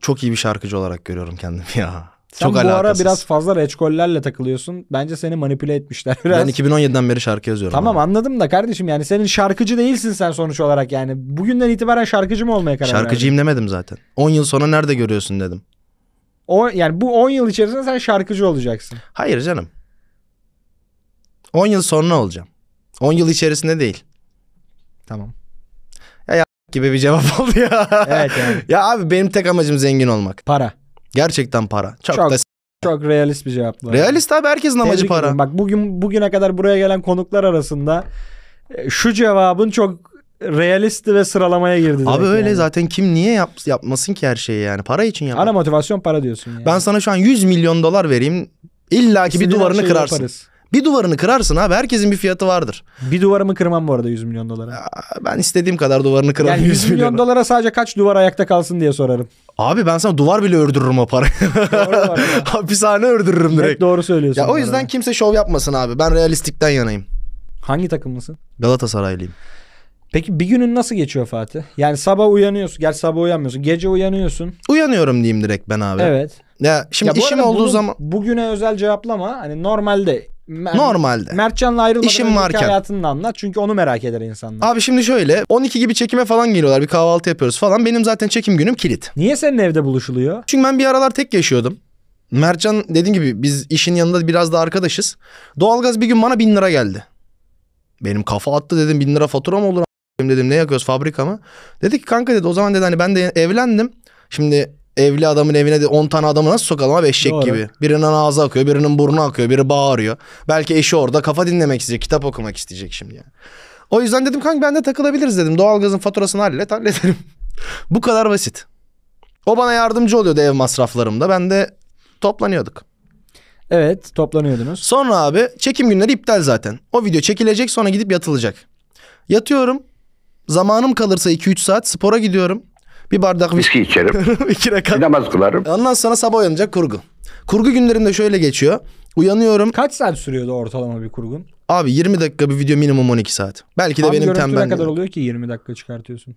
çok iyi bir şarkıcı olarak görüyorum kendimi ya. Sen çok bu alakasız. ara biraz fazla reçkollerle takılıyorsun. Bence seni manipüle etmişler biraz. Ben 2017'den beri şarkı yazıyorum. Tamam abi. anladım da kardeşim yani senin şarkıcı değilsin sen sonuç olarak yani. Bugünden itibaren şarkıcı mı olmaya karar verdin? Şarkıcıyım demedim zaten. 10 yıl sonra nerede görüyorsun dedim. O, yani bu 10 yıl içerisinde sen şarkıcı olacaksın. Hayır canım. 10 yıl sonra olacağım. 10 yıl içerisinde değil. Tamam. Gibi bir cevap oldu ya. Evet yani. Ya abi benim tek amacım zengin olmak. Para. Gerçekten para. Çok, Çok. da s- Çok realist bir cevap var. realist abi herkesin amacı Tebrik para. ederim. Bak bugün bugüne kadar buraya gelen konuklar arasında e, şu cevabın çok realistti ve sıralamaya girdi. direkt Abi öyle yani. zaten kim niye yap- yapmasın ki her şeyi yani para için yapar. Ana motivasyon para diyorsun yani. Ben sana şu an 100 milyon dolar vereyim. İlla ki bir İstediğin her duvarını şeyi kırarsın. yaparız. Bir duvarını kırarsın abi herkesin bir fiyatı vardır. Bir duvarımı kırmam bu arada 100 milyon dolara. Aa, Ben istediğim kadar duvarını kırarım Yani 100 milyon milyonu. dolara sadece kaç duvar ayakta kalsın diye sorarım. Abi ben sana duvar bile ördürürüm o parayı. Doğru var. Hapishane ördürürüm Direkt direkt. doğru söylüyorsun. Ya bu o arada. yüzden kimse şov yapmasın abi. Ben realistikten yanayım. hangi takımlısın? Galatasaraylıyım. Peki bir günün nasıl geçiyor Fatih? Yani sabah uyanıyorsun. Gerçi sabah uyanmıyorsun. Gece uyanıyorsun. Uyanıyorum diyeyim direkt ben abi. Evet. Ya şimdi Ya bu işim arada olduğu bunu zaman bugüne özel cevaplama. Hani normalde Mer- normalde. Mertcan'la ayrılmadan İşim önceki varken. hayatını da anlat. Çünkü onu merak eder insanlar. Abi şimdi şöyle 12 gibi çekime falan geliyorlar bir kahvaltı yapıyoruz falan. Benim zaten çekim günüm kilit. Niye senin evde buluşuluyor? Çünkü ben bir aralar tek yaşıyordum. Mertcan dediğim gibi biz işin yanında biraz da arkadaşız. Doğalgaz bir gün bana bin lira geldi. Benim kafa attı dedim bin lira fatura mı olur a**ayım dedim ne yakıyoruz fabrika mı? Dedi ki kanka dedi o zaman dedi hani ben de evlendim. Şimdi evli adamın evine de 10 tane adamı nasıl sokalım abi eşek Doğru. gibi. Birinin ağzı akıyor birinin burnu akıyor biri bağırıyor. Belki eşi orada kafa dinlemek isteyecek kitap okumak isteyecek şimdi yani. O yüzden dedim kanka ben de takılabiliriz dedim. Doğalgazın faturasını hallet halledelim. Bu kadar basit. O bana yardımcı oluyordu ev masraflarımda. Ben de toplanıyorduk. Evet toplanıyordunuz. Sonra abi çekim günleri iptal zaten. O video çekilecek sonra gidip yatılacak. Yatıyorum. Zamanım kalırsa 2-3 saat spora gidiyorum. Bir bardak viski Viski içerim, iki bir rekat. namaz kılarım. Ondan sonra sabah uyanacak kurgu. Kurgu günlerinde şöyle geçiyor. Uyanıyorum. Kaç saat sürüyordu ortalama bir kurgun? Abi 20 dakika bir video minimum 12 saat. Belki de Tam benim görüntü ne tembel. kadar oluyor ki 20 dakika çıkartıyorsun?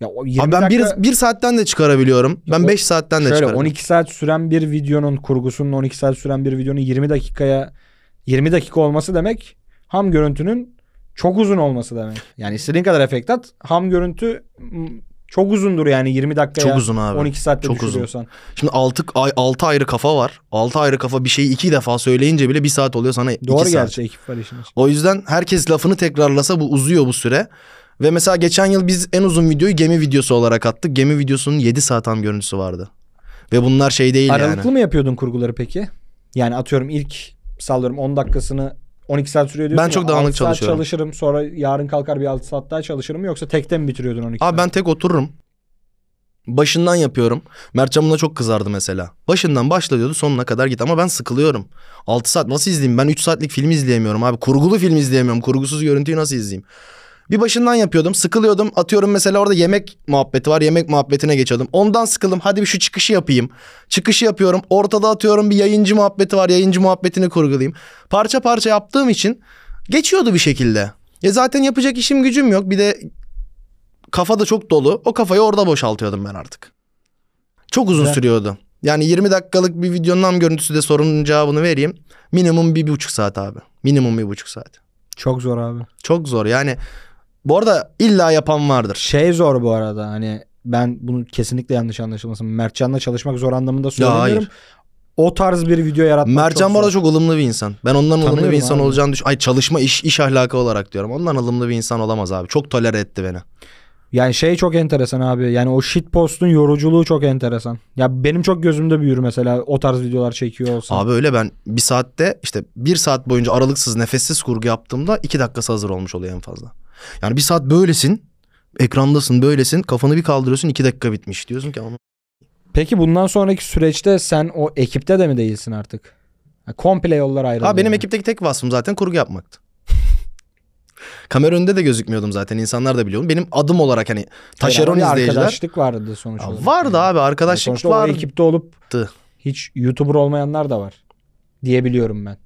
Ya o 20 Abi ben dakika... 1 bir saatten de çıkarabiliyorum. Ben O- 5 saatten de Şöyle çıkarabiliyorum. 12 saat süren bir videonun kurgusunun 12 saat süren bir videonun 20 dakikaya 20 dakika olması demek ham görüntünün çok uzun olması demek. Yani istediğin kadar efekt at ham görüntü m, çok uzundur yani 20 dakikaya Çok uzun abi. 12 saatte Çok uzun. düşürüyorsan. Şimdi 6 ay 6 ayrı kafa var. 6 ayrı kafa bir şeyi 2 defa söyleyince bile 1 saat oluyor sana 2 Doğru saat. gerçi ekip var işin içinde. O yüzden herkes lafını tekrarlasa bu uzuyor bu süre. Ve mesela geçen yıl biz en uzun videoyu gemi videosu olarak attık. Gemi videosunun 7 saat ham görüntüsü vardı. Ve bunlar şey değil Aralıklı yani. mı yapıyordun kurguları peki? Yani atıyorum ilk sallıyorum 10 dakikasını 12 saat sürüyor diyorsun. Ben ya, çok dağınık altı saat çalışıyorum. çalışırım sonra yarın kalkar bir 6 saat daha çalışırım yoksa tekte mi bitiriyordun 12 Abi ben tek otururum. Başından yapıyorum. Mertcan buna çok kızardı mesela. Başından başla diyordu sonuna kadar git ama ben sıkılıyorum. 6 saat nasıl izleyeyim? Ben 3 saatlik film izleyemiyorum abi. Kurgulu film izleyemiyorum. Kurgusuz görüntüyü nasıl izleyeyim? Bir başından yapıyordum. Sıkılıyordum. Atıyorum mesela orada yemek muhabbeti var. Yemek muhabbetine geçiyordum. Ondan sıkıldım. Hadi bir şu çıkışı yapayım. Çıkışı yapıyorum. Ortada atıyorum bir yayıncı muhabbeti var. Yayıncı muhabbetini kurgulayayım. Parça parça yaptığım için geçiyordu bir şekilde. Ya zaten yapacak işim gücüm yok. Bir de kafa da çok dolu. O kafayı orada boşaltıyordum ben artık. Çok uzun Güzel. sürüyordu. Yani 20 dakikalık bir videonun ham görüntüsü de sorunun cevabını vereyim. Minimum bir, bir buçuk saat abi. Minimum bir buçuk saat. Çok zor abi. Çok zor yani. Bu arada illa yapan vardır. Şey zor bu arada hani ben bunu kesinlikle yanlış anlaşılmasın. Mertcan'la çalışmak zor anlamında hayır. söylemiyorum. O tarz bir video yaratmak Mercan çok bu zor. arada çok ılımlı bir insan. Ben ondan ılımlı Tanıyorum bir insan abi. olacağını düşün. Ay çalışma iş, iş ahlakı olarak diyorum. Ondan ılımlı bir insan olamaz abi. Çok tolere etti beni. Yani şey çok enteresan abi. Yani o shitpost'un yoruculuğu çok enteresan. Ya benim çok gözümde büyür mesela o tarz videolar çekiyor olsa. Abi öyle ben bir saatte işte bir saat boyunca aralıksız nefessiz kurgu yaptığımda iki dakikası hazır olmuş oluyor en fazla. Yani bir saat böylesin ekrandasın böylesin kafanı bir kaldırıyorsun iki dakika bitmiş diyorsun ki ama Peki bundan sonraki süreçte sen o ekipte de mi değilsin artık? Ya komple yollar ayrıldı. Ha benim yani. ekipteki tek vasfım zaten kurgu yapmaktı. Kamera önünde de gözükmüyordum zaten. insanlar da biliyordu. Benim adım olarak hani taşeron Herhalde bir izleyiciler. Arkadaşlık vardı sonuç olarak. Ya vardı abi Yani arkadaşlık sonuçta o vardı. ekipte olup hiç YouTuber olmayanlar da var diyebiliyorum ben.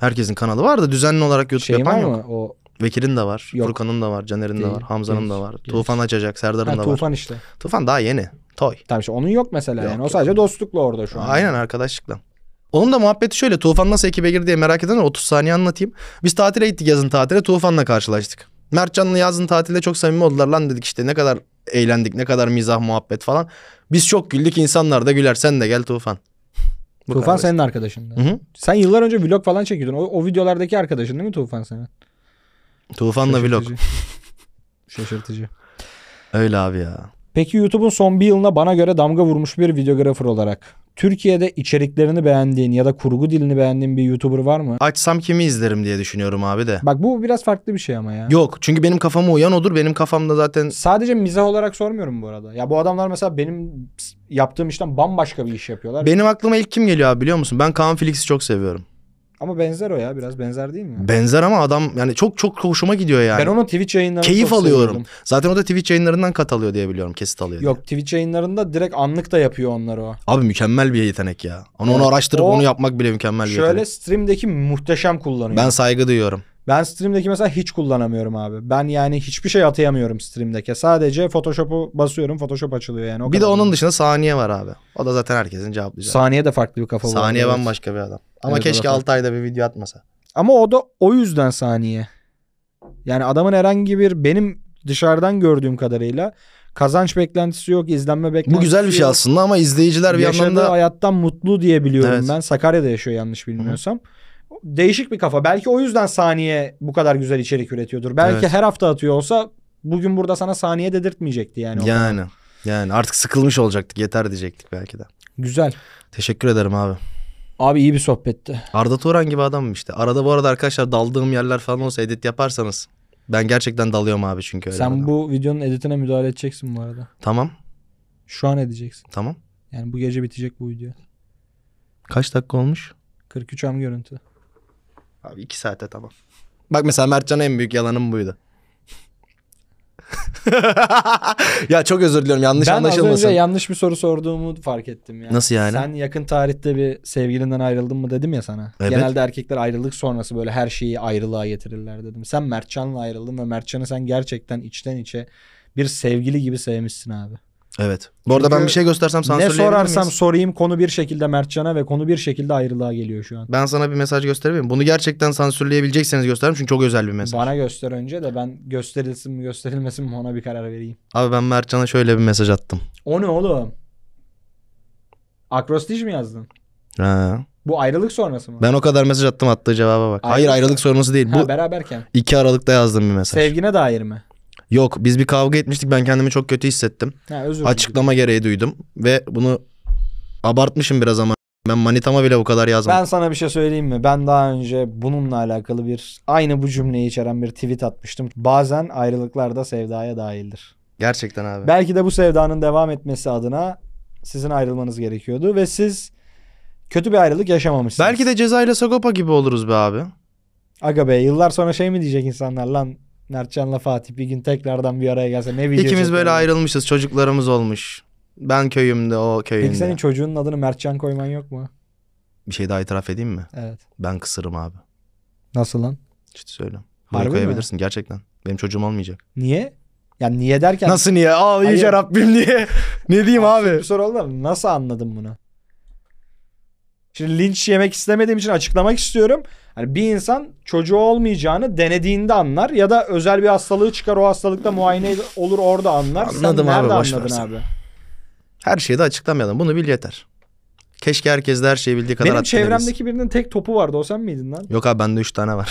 Herkesin kanalı var da düzenli olarak YouTube Şeyin yapan var yok. mı o? Vekil'in de var. Yok. Furkan'ın da var. Caner'in de Değil, var. Hamza'nın değil, da var. değil. Tufan açacak. Serdar'ın Ha, da var. Tufan işte. Tufan daha yeni. Toy. Tamam işte onun yok mesela Yok, yani. O yok. sadece dostlukla orada şu an. Aynen arkadaşlıkla. Onun da muhabbeti şöyle. Tufan nasıl ekibe girdi diye merak edenler 30 saniye anlatayım. Biz tatile gittik yazın tatile. Tufan'la karşılaştık. Mertcan'la yazın tatilde çok samimi oldular lan dedik işte ne kadar eğlendik ne kadar mizah muhabbet falan. Biz çok güldük insanlar da güler sen de gel Tufan. Bu Tufan kadar senin arkadaşın. basit. Hı hı. Sen yıllar önce vlog falan çekiyordun. O, o videolardaki arkadaşın değil mi Tufan senin? Tufan'la vlog. Şaşırtıcı. Şaşırtıcı. Öyle abi ya. Peki YouTube'un son bir yılına bana göre damga vurmuş bir videografer olarak Türkiye'de içeriklerini beğendiğin ya da kurgu dilini beğendiğin bir YouTuber var mı? Açsam kimi izlerim diye düşünüyorum abi de. Bak bu biraz farklı bir şey ama ya. Yok çünkü benim kafama uyan odur. Benim kafamda zaten Sadece mizah olarak sormuyorum bu arada. Ya bu adamlar mesela benim yaptığım işten bambaşka bir iş yapıyorlar. benim aklıma ilk kim geliyor abi biliyor musun? Ben Kaan Felix'i çok seviyorum. ama benzer o ya biraz benzer değil mi? Benzer ama adam yani çok çok hoşuma gidiyor yani. Ben onun Twitch yayınlarını Keyif çok alıyorum. seviyordum. Zaten o da Twitch yayınlarından kat alıyor diye biliyorum. Kesit alıyor. diye. Yok Twitch yayınlarında direkt anlık da yapıyor onları o. Abi mükemmel bir yetenek ya. Onu, Evet, onu araştırıp o- onu yapmak bile mükemmel bir Şöyle yetenek. stream'deki muhteşem kullanıyor. Ben saygı duyuyorum. Ben stream'deki mesela hiç kullanamıyorum abi. Ben yani hiçbir şey atayamıyorum stream'deki. Sadece Photoshop'u basıyorum Photoshop açılıyor yani. O bir de kadar. onun dışında saniye var abi. O da zaten herkesin cevaplayacağı. Saniye de farklı bir kafa bu saniye arada, evet. bambaşka bir adam. Ama Evet, o da keşke farklı. 6 ayda bir video atmasa. Ama o da o yüzden saniye. Yani adamın herhangi bir benim dışarıdan gördüğüm kadarıyla kazanç beklentisi yok, izlenme beklentisi Bu güzel bir şey yok. aslında ama izleyiciler bir Yaşadığı anlamda hayattan mutlu diye biliyorum Evet. ben. Sakarya'da yaşıyor yanlış bilmiyorsam. Değişik bir kafa. Belki o yüzden saniye bu kadar güzel içerik üretiyordur. Belki Evet. her hafta atıyor olsa bugün burada sana saniye dedirtmeyecekti yani. o kadar. yani yani artık sıkılmış olacaktık. Yeter diyecektik belki de. Güzel. Teşekkür ederim abi. Abi iyi bir sohbetti. Arda Turan gibi adamım işte. Arada bu arada arkadaşlar daldığım yerler falan olsa edit yaparsanız. Ben gerçekten dalıyorum abi çünkü öyle. Sen adamım. bu videonun editine müdahale edeceksin bu arada. Tamam Şu an edeceksin. tamam. Yani bu gece bitecek bu video. Kaç dakika olmuş? 43 am görüntü. Abi iki saate tamam. Bak mesela Mertcan'a en büyük yalanım buydu. ya çok özür diliyorum yanlış ben az önce anlaşılmasın. yanlış bir soru sorduğumu fark ettim yani. Nasıl yani? Sen yakın tarihte bir sevgilinden ayrıldın mı dedim ya sana. Evet. Genelde erkekler ayrılık sonrası böyle her şeyi ayrılığa getirirler dedim. Sen Mertcan'la ayrıldın ve Mertcan'ı sen gerçekten içten içe bir sevgili gibi sevmişsin abi. Evet. Bu arada ben Çünkü bir şey göstersem Ne sansürleyebilir sorarsam miyiz? sorayım konu bir şekilde Mertcan'a ve konu bir şekilde ayrılığa geliyor şu an. Ben sana bir mesaj gösterebilir miyim? Bunu gerçekten sansürleyebilecekseniz gösteririm çünkü çok özel bir mesaj. Bana göster önce de ben gösterilsin mi gösterilmesin mi ona bir karar vereyim. Abi ben Mertcan'a şöyle bir mesaj attım. O ne oğlum? Akrostiş mi yazdın? Ha. Bu ayrılık sonrası mı? Ben o kadar mesaj attım attığı cevaba bak. Hayır Ayrılık- ayrılık sorması değil. ha, Bu beraberken. 2 Aralık'ta yazdığım bir mesaj. Sevgine dair mi? Yok biz bir kavga etmiştik ben kendimi çok kötü hissettim. Ha, özür dilerim. Açıklama gereği duydum ve bunu abartmışım biraz ama ben manitama bile bu kadar yazmadım. Ben sana bir şey söyleyeyim mi? Ben daha önce bununla alakalı bir aynı bu cümleyi içeren bir tweet atmıştım. Bazen ayrılıklar da sevdaya dahildir. Gerçekten abi. Belki de bu sevdanın devam etmesi adına sizin ayrılmanız gerekiyordu ve siz kötü bir ayrılık yaşamamışsınız. Belki de Ceza ile Sagopa gibi oluruz be abi. Aga be yıllar sonra şey mi diyecek insanlar lan Mertcan'la Fatih bir gün tekrardan bir araya gelse ne video İkimiz böyle çekerler? ayrılmışız çocuklarımız olmuş. Ben köyümde o köyünde. Peki senin çocuğunun adını Mertcan koyman yok mu? Bir şey daha itiraf edeyim mi? Evet. Ben kısırım abi. Nasıl lan? İşte söyle. Bunu Harbi mi? koyabilirsin gerçekten. Benim çocuğum olmayacak. Niye? Yani niye derken Nasıl niye? Aa Hayır. iyice Rabbim niye? ne diyeyim abi? Bir soru oldu ama nasıl anladın bunu? Şimdi linç yemek istemediğim için açıklamak istiyorum. Hani bir insan çocuğu olmayacağını denediğinde anlar ya da özel bir hastalığı çıkar o hastalıkta muayene ed- olur orada anlar. Anladım Sen abi, nerede boş ver anladın sen. abi? Her şeyi de açıklamayalım. Bunu bil yeter. Keşke herkes de her şeyi bildiği kadar Benim atlayabilse. çevremdeki birinin tek topu vardı. O sen miydin lan? Yok abi bende 3 tane var.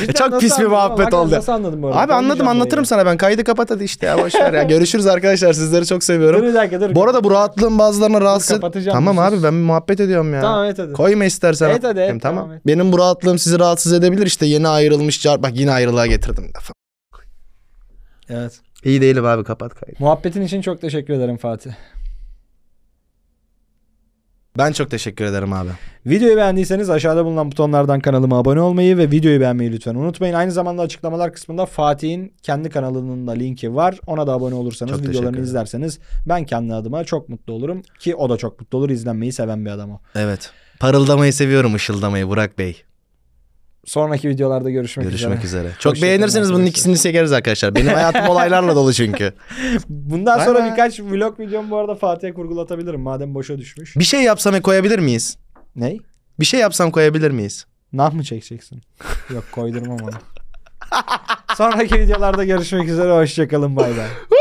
Cidden E, Çok nasıl pis bir anladın oğlum? muhabbet Hakikaten oldu. Nasıl anladın bu arada? Abi anladım Anlayacağım anlatırım burayı. sana ben. Kaydı kapat hadi işte ya boşver ya. Görüşürüz arkadaşlar sizleri çok seviyorum. Dur bir dakika dur. Bu arada bu rahatlığın bazılarına rahatsız... kapatacağım, Tamam dur, abi sus. ben bir muhabbet ediyorum ya. Tamam evet hadi. Koyma istersen. Evet, hadi, evet, tamam. tamam, evet. Benim bu rahatlığım sizi rahatsız edebilir işte yeni ayrılmış. car- Bak yine ayrılığa getirdim lafı. Evet. İyi değilim abi kapat kaydı. Muhabbetin için çok teşekkür ederim Fatih. Ben çok teşekkür ederim abi. Videoyu beğendiyseniz aşağıda bulunan butonlardan kanalıma abone olmayı ve videoyu beğenmeyi lütfen unutmayın. Aynı zamanda açıklamalar kısmında Fatih'in kendi kanalının da linki var. Ona da abone olursanız, Çok teşekkür videolarını ederim. izlerseniz ben kendi adıma çok mutlu olurum. Ki o da çok mutlu olur. İzlenmeyi seven bir adam o. Evet. Parıldamayı seviyorum ışıldamayı Burak Bey. Sonraki videolarda görüşmek, Görüşmek üzere. Çok Hoşçakalın beğenirseniz bunun arkadaşlar. ikisini çekeriz arkadaşlar. Benim hayatım olaylarla dolu çünkü. Bundan Bay sonra bay. birkaç vlog videomu bu arada Fatih'e kurgulatabilirim. Madem boşa düşmüş. Bir şey yapsam koyabilir miyiz? Ney? Bir şey yapsam koyabilir miyiz? Nah mı çekeceksin? Yok koydurmam onu. Sonraki videolarda görüşmek üzere. Hoşçakalın. Bay bay.